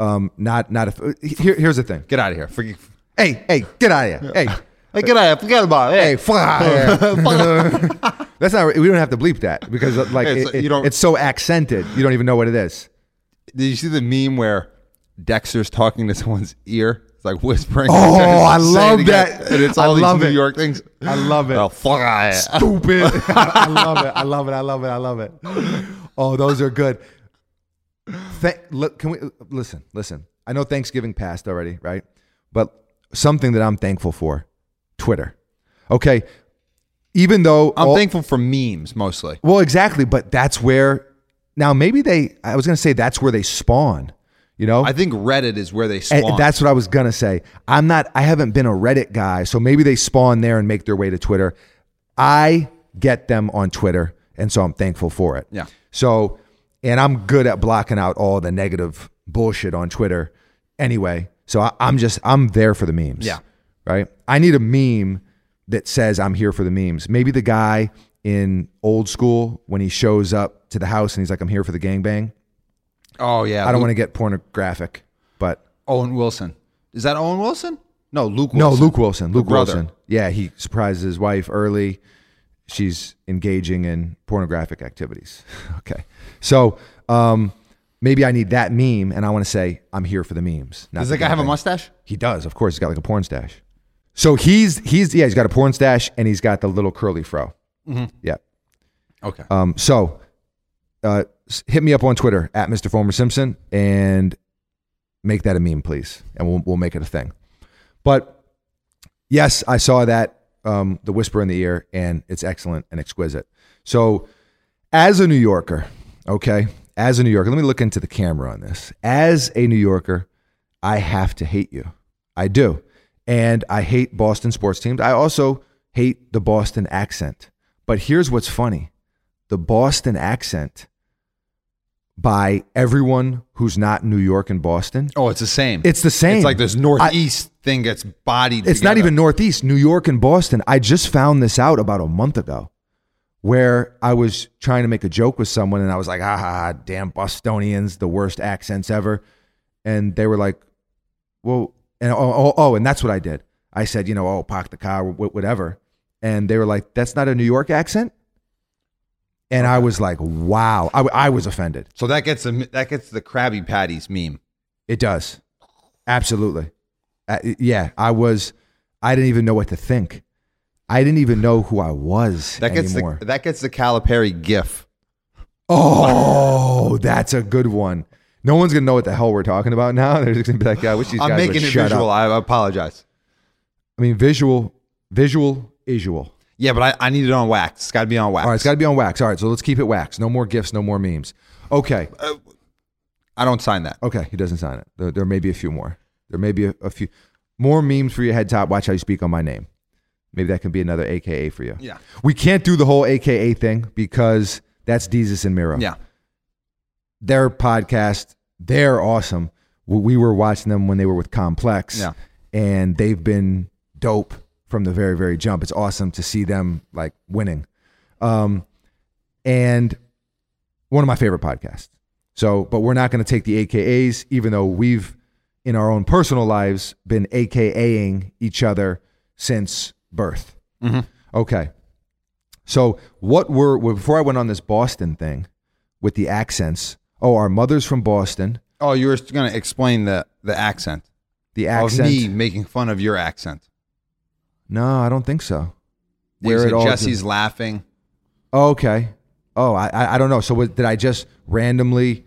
Speaker 2: Um, not, not if, here, here's the thing.
Speaker 3: Get out of here. Forget,
Speaker 2: Hey, hey, get out of here. Hey,
Speaker 3: hey, get out of here. Forget about it.
Speaker 2: Hey, fuck out [laughs] of here. That's not. We don't have to bleep that because uh, like
Speaker 3: It's-
Speaker 2: it- it-
Speaker 3: you don't-
Speaker 2: it's so accented. You don't even know what it is.
Speaker 3: Did you see the meme where Dexter's talking to someone's ear? It's like whispering. [laughs]
Speaker 2: Oh,
Speaker 3: Say
Speaker 2: I
Speaker 3: it
Speaker 2: love
Speaker 3: again.
Speaker 2: that.
Speaker 3: And it's
Speaker 2: I
Speaker 3: all these
Speaker 2: love
Speaker 3: New
Speaker 2: it.
Speaker 3: York things.
Speaker 2: I love it.
Speaker 3: Oh, fuck.
Speaker 2: [laughs] Stupid. I love it. I love it. I love it. I love it. Oh, those are good. Th- look, can we listen? Listen. I know Thanksgiving passed already, right? But something that I'm thankful for, Twitter. Okay. Even though
Speaker 3: I'm
Speaker 2: all-
Speaker 3: thankful for memes mostly.
Speaker 2: Well, exactly, but that's where now maybe they I was going to say that's where they spawn, you know?
Speaker 3: I think Reddit is where they spawn.
Speaker 2: And that's what I was gonna say. I'm not. I haven't been a Reddit guy, so maybe they spawn there and make their way to Twitter. I get them on Twitter, and so I'm thankful for it.
Speaker 3: Yeah.
Speaker 2: So, and I'm good at blocking out all the negative bullshit on Twitter. Anyway, so I, I'm just I'm there for the memes.
Speaker 3: Yeah.
Speaker 2: Right. I need a meme that says I'm here for the memes. Maybe the guy in old school when he shows up to the house and he's like, I'm here for the gangbang.
Speaker 3: oh yeah.
Speaker 2: I don't
Speaker 3: Luke-
Speaker 2: want to get pornographic, but
Speaker 3: Owen Wilson. Is that Owen Wilson? No, Luke.
Speaker 2: No,
Speaker 3: Wilson.
Speaker 2: Luke Wilson. Luke
Speaker 3: brother.
Speaker 2: Wilson. Yeah, he surprises his wife early. She's engaging in pornographic activities. [laughs] okay. So um, maybe I need that meme and I want to say, I'm here for the memes. not
Speaker 3: Does
Speaker 2: the
Speaker 3: that guy have a
Speaker 2: gangbang.
Speaker 3: mustache?
Speaker 2: He does, of course. He's got like a porn stash. So he's, he's yeah, he's got a porn stash and he's got the little curly fro. Yeah.
Speaker 3: Okay.
Speaker 2: Um, so uh, s- hit me up on Twitter at Mr. Former Simpson and make that a meme, please. And we'll, we'll make it a thing. But yes, I saw that, um, The Whisper in the Ear, and it's excellent and exquisite. So as a New Yorker, okay, as a New Yorker, let me look into the camera on this. As a New Yorker, I have to hate you. I do. And I hate Boston sports teams. I also hate the Boston accent. But here's what's funny the Boston accent by everyone who's not New York and Boston.
Speaker 3: oh, it's the same.
Speaker 2: It's the same.
Speaker 3: It's like this
Speaker 2: I-
Speaker 3: northeast thing gets bodied.
Speaker 2: it's not
Speaker 3: together.
Speaker 2: even Northeast, New York and Boston. I just found this out about a month ago where I was trying to make a joke with someone and I was like, ah, ha, ha, damn Bostonians, the worst accents ever. And they were like, well, and oh, oh, oh, and that's what I did. I said, you know, oh, park the car, wh- whatever. And they were like, that's not a New York accent. And I was like, wow. I, w- I was offended.
Speaker 3: So that gets the that gets the Krabby Patties meme.
Speaker 2: It does. Absolutely. Uh, yeah, I was. I didn't even know what to think. I didn't even know who I was
Speaker 3: That gets
Speaker 2: anymore.
Speaker 3: the that gets the Calipari GIF.
Speaker 2: oh, [laughs] that's a good one. No one's gonna know what the hell we're talking about now. [laughs] They're just gonna be like, "Yeah, I wish these
Speaker 3: I'm
Speaker 2: guys
Speaker 3: making
Speaker 2: would
Speaker 3: it
Speaker 2: shut
Speaker 3: visual.
Speaker 2: up."
Speaker 3: I apologize.
Speaker 2: I mean, visual, visual, visual.
Speaker 3: Yeah, but I, I need it on wax. It's got to be on wax.
Speaker 2: All right, it's got to be on wax. All right, so let's keep it wax. No more gifs. No more memes. Okay,
Speaker 3: Uh, I don't sign that.
Speaker 2: okay. He doesn't sign it. There, there may be a few more. There may be a, a few more memes for your head top. Watch how you speak on my name. Maybe that can be another AKA for you.
Speaker 3: Yeah.
Speaker 2: We can't do the whole AKA thing because that's Jesus and Miro.
Speaker 3: Yeah.
Speaker 2: Their podcast, they're awesome. We- We were watching them when they were with Complex.
Speaker 3: Yeah.
Speaker 2: And they've been dope from the very, very jump. It's awesome to see them like winning. Um, and one of my favorite podcasts. So, but we're not going to take the AKAs, even though we've in our own personal lives been AKAing each other since birth.
Speaker 3: Mm-hmm.
Speaker 2: Okay. So what were well, before I went on this Boston thing with the accents? Oh, our mother's from Boston.
Speaker 3: Oh, you were going to explain the the accent,
Speaker 2: The accent?
Speaker 3: of Oh, me making fun of your accent.
Speaker 2: No, I don't think so.
Speaker 3: Where
Speaker 2: Where it all-
Speaker 3: Jesse's laughing.
Speaker 2: Oh, okay. Oh, I I I don't know. So what, did I just randomly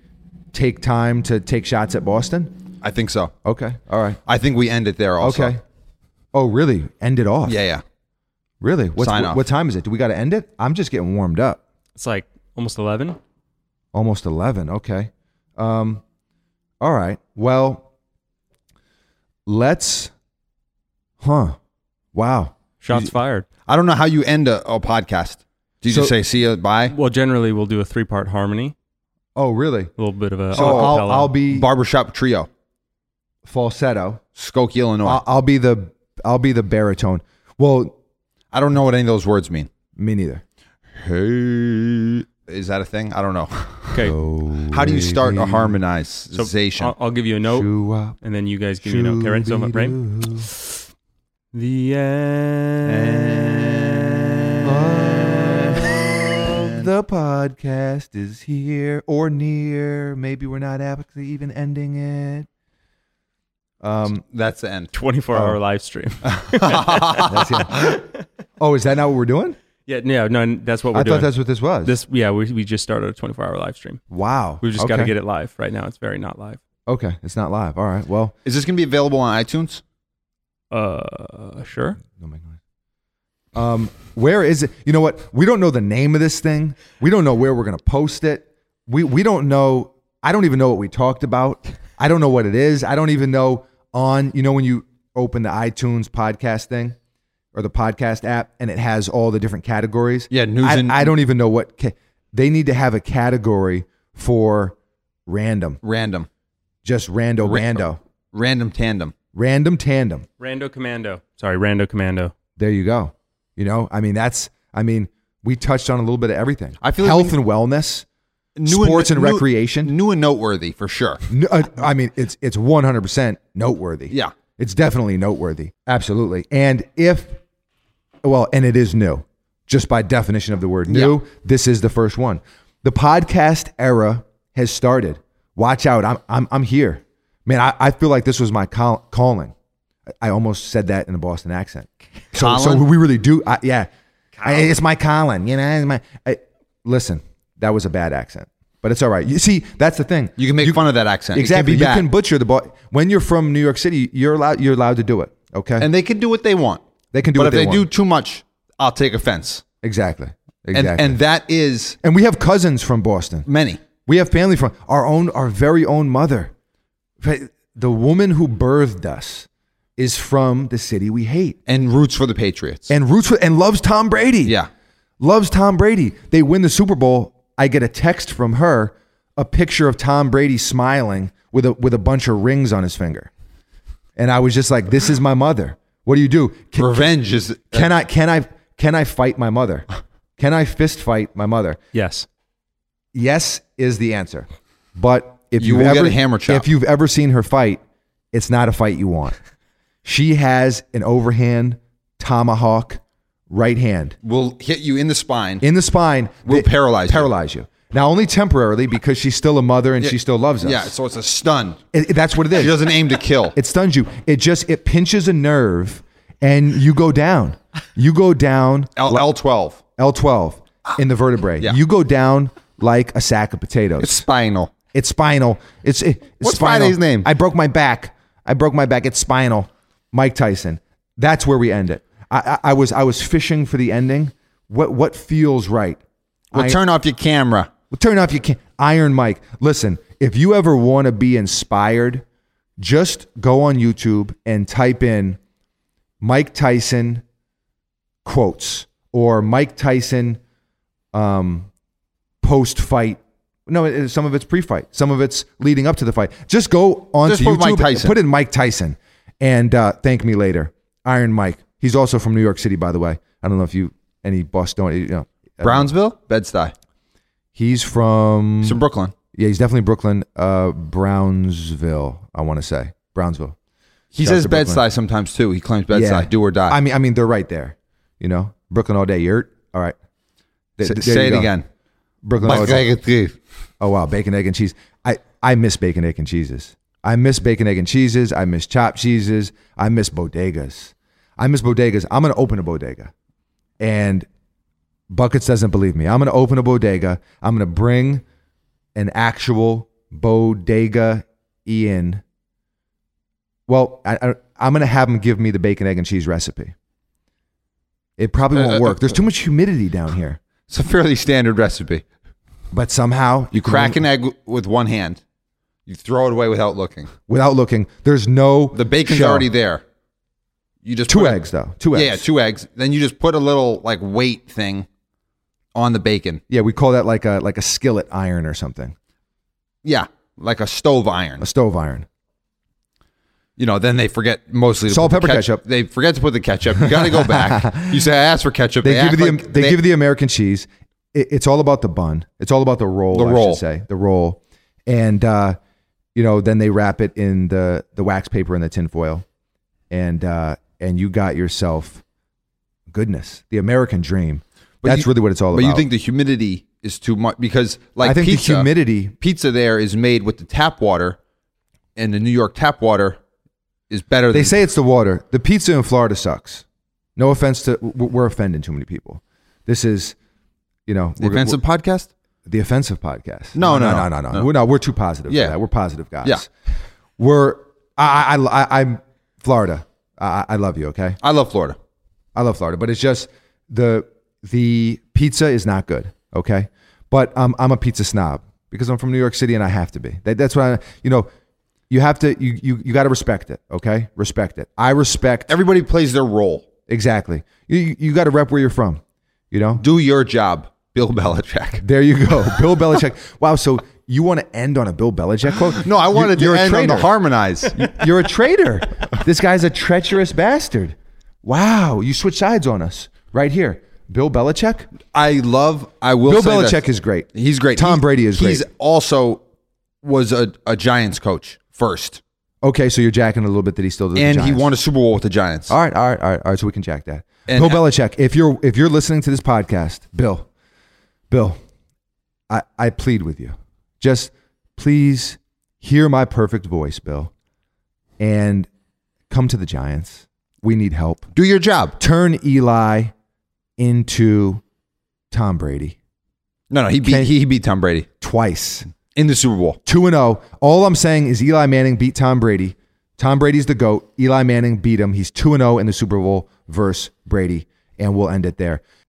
Speaker 2: take time to take shots at Boston?
Speaker 3: I think so.
Speaker 2: Okay. All right.
Speaker 3: I think we end it there. Also.
Speaker 2: Okay. Oh, really? End it off?
Speaker 3: Yeah, yeah.
Speaker 2: Really? What's,
Speaker 3: Sign
Speaker 2: what,
Speaker 3: off.
Speaker 2: what time is it? Do we got to end it? I'm just getting warmed up.
Speaker 1: It's like almost eleven.
Speaker 2: Almost 11. Okay. Um, all right. Well, let's. Huh. Wow.
Speaker 1: Shots fired.
Speaker 3: I don't know how you end a, a podcast. Do you
Speaker 2: So-
Speaker 3: just say see ya, bye?
Speaker 1: Well, generally we'll do a three-part harmony,
Speaker 2: Oh, really?
Speaker 1: a little bit of a.
Speaker 3: Oh,
Speaker 2: So I'll,
Speaker 1: acapella.
Speaker 2: I'll be
Speaker 3: Barbershop Trio,
Speaker 2: falsetto.
Speaker 3: Skokie, Illinois.
Speaker 2: I'll, I'll be the I'll be the baritone. Well,
Speaker 3: I don't know what any of those words mean.
Speaker 2: me neither.
Speaker 3: Hey, is that a thing? I don't know.
Speaker 1: okay.
Speaker 3: How do you start a harmonization?
Speaker 1: I'll, I'll give you a note,
Speaker 2: Shoo-wop,
Speaker 1: and then you guys give me a note. Okay, right? So, right?
Speaker 2: shoo-be-doo.
Speaker 1: The end.
Speaker 2: The podcast is here or near. Maybe we're not actually even ending it.
Speaker 3: That's the end.
Speaker 1: 24
Speaker 2: Oh.
Speaker 1: hour live stream. [laughs]
Speaker 2: That's it. [laughs] oh, is that not what we're doing?
Speaker 1: yeah, no, no, that's what we're
Speaker 2: I
Speaker 1: doing.
Speaker 2: thought that's what this was.
Speaker 1: this, yeah, we, we just started a 24 hour live stream.
Speaker 2: wow.
Speaker 1: We've just got to
Speaker 2: Okay.
Speaker 1: get it live. Right now, it's very not live.
Speaker 2: Okay, it's not live. All right. Well,
Speaker 3: Is this going to be available on iTunes?
Speaker 1: Uh, sure.
Speaker 2: Don't make noise. Um, where is it? You know what? We don't know the name of this thing. We don't know where we're gonna post it. We we don't know. I don't even know what we talked about. I don't know what it is. I don't even know on. You know when you open the iTunes podcast thing or the podcast app and it has all the different categories.
Speaker 3: Yeah, news
Speaker 2: I,
Speaker 3: and-
Speaker 2: I don't even know what ca- they need to have a category for random,
Speaker 3: Random.
Speaker 2: just rando,
Speaker 3: Ra-
Speaker 2: rando,
Speaker 3: Random tandem.
Speaker 2: random tandem.
Speaker 1: Rando Commando. Sorry, Rando Commando.
Speaker 2: there you go. You know, I mean, that's, I mean, we touched on a little bit of everything.
Speaker 3: I feel like
Speaker 2: health
Speaker 3: we-
Speaker 2: and wellness. Sports and
Speaker 3: new-
Speaker 2: recreation?
Speaker 3: New and noteworthy for sure.
Speaker 2: N- uh, I mean, it's it's one hundred percent noteworthy.
Speaker 3: Yeah.
Speaker 2: it's definitely noteworthy. Absolutely. And if, well, and it is new, just by definition of the word new. This is the first one. The podcast era has started. Watch out! I'm I'm I'm here, man. I, I feel like this was my call, calling. I- I almost said that in a Boston accent. So so
Speaker 3: Colin?
Speaker 2: we really do. I, yeah, I- it's my calling. You know, it's my. I, listen, that was a bad accent, but it's all right. You see, that's the thing.
Speaker 3: You can make fun of that accent. It can
Speaker 2: Exactly.
Speaker 3: be
Speaker 2: you
Speaker 3: bad.
Speaker 2: can butcher the ball. When you're from New York City, you're allowed you're allowed to do it. Okay.
Speaker 3: and they can do what they want.
Speaker 2: They can do
Speaker 3: but
Speaker 2: what
Speaker 3: if
Speaker 2: they
Speaker 3: they, do
Speaker 2: want.
Speaker 3: too much, I'll take offense.
Speaker 2: exactly.
Speaker 3: And
Speaker 2: Exactly.
Speaker 3: and that is
Speaker 2: And we have cousins from Boston.
Speaker 3: many.
Speaker 2: We have family from our own our very own mother. Fa- The woman who birthed us is from the city we hate
Speaker 3: And roots for the Patriots.
Speaker 2: and roots for, and loves Tom Brady.
Speaker 3: yeah.
Speaker 2: Loves Tom Brady. They win the Super Bowl. I get a text from her, a picture of Tom Brady smiling with a with a bunch of rings on his finger. And I was just like, this is my mother. What do you do? Can-
Speaker 3: Revenge is
Speaker 2: can I can I can I fight my mother? Can I fist fight my mother?
Speaker 1: Yes.
Speaker 2: Yes is the answer. But if
Speaker 3: You
Speaker 2: you've
Speaker 3: will
Speaker 2: ever
Speaker 3: get a hammer chop.
Speaker 2: if you've ever seen her fight, it's not a fight you want. She has an overhand tomahawk right hand
Speaker 3: will hit you in the spine.
Speaker 2: in the spine
Speaker 3: Will
Speaker 2: that
Speaker 3: paralyze you.
Speaker 2: paralyze you. Now only temporarily because she's still a mother and she still loves us.
Speaker 3: yeah, so it's a stun.
Speaker 2: It- it- that's what it is.
Speaker 3: She doesn't aim to kill.
Speaker 2: It stuns you. It just it pinches a nerve and you go down. You go down
Speaker 3: L L twelve.
Speaker 2: L12 in the vertebrae.
Speaker 3: Yeah.
Speaker 2: You go down like a sack of potatoes. It's,
Speaker 3: Spinal.
Speaker 2: spinal. It's it, it's
Speaker 3: What's
Speaker 2: spinal.
Speaker 3: Friday's name?
Speaker 2: I broke my back. I broke my back. It's spinal. Mike Tyson. That's where we end it. I, I, I was I was fishing for the ending. What what feels right?
Speaker 3: Well,
Speaker 2: I-
Speaker 3: turn off your camera.
Speaker 2: Well, turn off your can Iron Mike. Listen, if you ever want to be inspired, just go on YouTube and type in Mike Tyson quotes or Mike Tyson um, post fight. No, it- it- some of it's pre-fight, some of it's leading up to the fight. Just go on
Speaker 3: Just
Speaker 2: to
Speaker 3: put
Speaker 2: YouTube,
Speaker 3: Mike
Speaker 2: and
Speaker 3: Tyson.
Speaker 2: put in Mike Tyson, and uh, thank me later, Iron Mike. He's also from New York City, by the way. I don't know if you any Bostonian. You know,
Speaker 3: Brownsville, Bed-Stuy.
Speaker 2: he's from
Speaker 3: It's in Brooklyn.
Speaker 2: yeah, he's definitely Brooklyn, uh, Brownsville. I want to say Brownsville.
Speaker 3: He
Speaker 2: Shout out
Speaker 3: says
Speaker 2: to Brooklyn.
Speaker 3: Bed-Stuy sometimes too. He claims Bed-Stuy.
Speaker 2: yeah,
Speaker 3: Do or die.
Speaker 2: I mean, I mean, they're right there. You know, Brooklyn all day. Yurt. All right. Th-
Speaker 3: Say,
Speaker 2: th- there
Speaker 3: say
Speaker 2: you
Speaker 3: it
Speaker 2: go.
Speaker 3: again.
Speaker 2: Brooklyn all day. Oh wow, bacon, egg, and cheese. I I miss bacon, egg, and cheeses. I miss bacon, egg, and cheeses. I miss chopped cheeses. I miss bodegas. I miss bodegas. I'm gonna open a bodega, and buckets doesn't believe me. I'm gonna open a bodega. I'm gonna bring an actual bodega in. Well, I, I, I'm gonna have him give me the bacon, egg, and cheese recipe. It probably
Speaker 3: Uh,
Speaker 2: won't
Speaker 3: uh,
Speaker 2: work. There's too much humidity down here.
Speaker 3: It's a fairly standard recipe.
Speaker 2: But somehow
Speaker 3: You crack an egg with one hand. You throw it away without looking.
Speaker 2: without looking. There's no
Speaker 3: The bacon's
Speaker 2: shell.
Speaker 3: already there. You just
Speaker 2: Two
Speaker 3: put a-
Speaker 2: eggs though. Two eggs.
Speaker 3: Yeah, two eggs. Then you just put a little like weight thing on the bacon.
Speaker 2: Yeah, we call that like a like a skillet iron or something,
Speaker 3: Yeah, like a stove iron.
Speaker 2: a stove iron.
Speaker 3: You know, then they forget mostly to
Speaker 2: Salt,
Speaker 3: put the
Speaker 2: pepper, ketchup.
Speaker 3: They forget to put the ketchup. You
Speaker 2: [laughs]
Speaker 3: got to go back. you say I asked for ketchup.
Speaker 2: They, give
Speaker 3: act
Speaker 2: you the
Speaker 3: like
Speaker 2: they, give you the American cheese. It, it's all about the bun. It's all about the roll.
Speaker 3: The
Speaker 2: I
Speaker 3: roll.
Speaker 2: should say the roll, and uh, you know then they wrap it in the the wax paper and the tin foil, and uh, and you got yourself goodness, the American dream.
Speaker 3: But
Speaker 2: That's
Speaker 3: you-
Speaker 2: really what it's all
Speaker 3: But
Speaker 2: about.
Speaker 3: you think the humidity is too much because like
Speaker 2: I think
Speaker 3: pizza,
Speaker 2: the humidity
Speaker 3: pizza there is made with the tap water, and the New York tap water is better.
Speaker 2: They
Speaker 3: than,
Speaker 2: say it's the water. The pizza in Florida sucks. No offense to, w- we're offending too many people. This is, you know,
Speaker 3: the
Speaker 2: we're-
Speaker 3: offensive podcast.
Speaker 2: we're- the offensive podcast.
Speaker 3: No, no,
Speaker 2: no, no,
Speaker 3: no,
Speaker 2: no.
Speaker 3: no.
Speaker 2: We're not. We're too positive. Yeah,
Speaker 3: Yeah.
Speaker 2: we're positive guys.
Speaker 3: Yeah.
Speaker 2: we're. I, I, I, I'm Florida. I, I I love you. Okay,
Speaker 3: I love Florida.
Speaker 2: I love Florida, but it's just the the pizza is not good. Okay, but um, I'm a pizza snob because I'm from New York City and I have to be. That, that's why I, you know you have to you you, you got to respect it. Okay, respect it. I respect
Speaker 3: Everybody plays their role.
Speaker 2: exactly. You you, you got to rep where you're from. You know.
Speaker 3: Do your job, Bill
Speaker 2: [laughs]
Speaker 3: Belichick.
Speaker 2: There you go, Bill Belichick. Wow, so you want to end on a Bill Belichick quote?
Speaker 3: No, I wanted
Speaker 2: You're
Speaker 3: to
Speaker 2: a
Speaker 3: end on the
Speaker 2: traitor. [laughs]
Speaker 3: harmonize.
Speaker 2: You're a traitor. this guy's a treacherous bastard. Wow, you switch sides on us right here. Bill Belichick?
Speaker 3: I love. I will.
Speaker 2: Bill
Speaker 3: say
Speaker 2: Belichick
Speaker 3: this.
Speaker 2: is great.
Speaker 3: He's great.
Speaker 2: Tom
Speaker 3: He-
Speaker 2: Brady is
Speaker 3: He's
Speaker 2: great.
Speaker 3: also was a, a Giants coach first,
Speaker 2: Okay, so you're jacking a little bit that he still does. the
Speaker 3: and he
Speaker 2: Giants.
Speaker 3: won a Super Bowl with the Giants.
Speaker 2: All right, all right, all right, all right. So we can jack that.
Speaker 3: And-
Speaker 2: Bill Belichick, if you're if you're listening to this podcast, Bill, Bill, I I plead with you, just please hear my perfect voice, Bill, and come to the Giants. We need help.
Speaker 3: Do your job.
Speaker 2: Turn Eli into Tom Brady
Speaker 3: No, no. He beat
Speaker 2: Can-
Speaker 3: he, he beat Tom Brady
Speaker 2: twice,
Speaker 3: in the Super Bowl.
Speaker 2: two and zero. All I'm saying is Eli Manning beat Tom Brady. Tom Brady's the oh goat. Eli Manning beat him. He's two and zero in the Super Bowl versus Brady, and we'll end it there.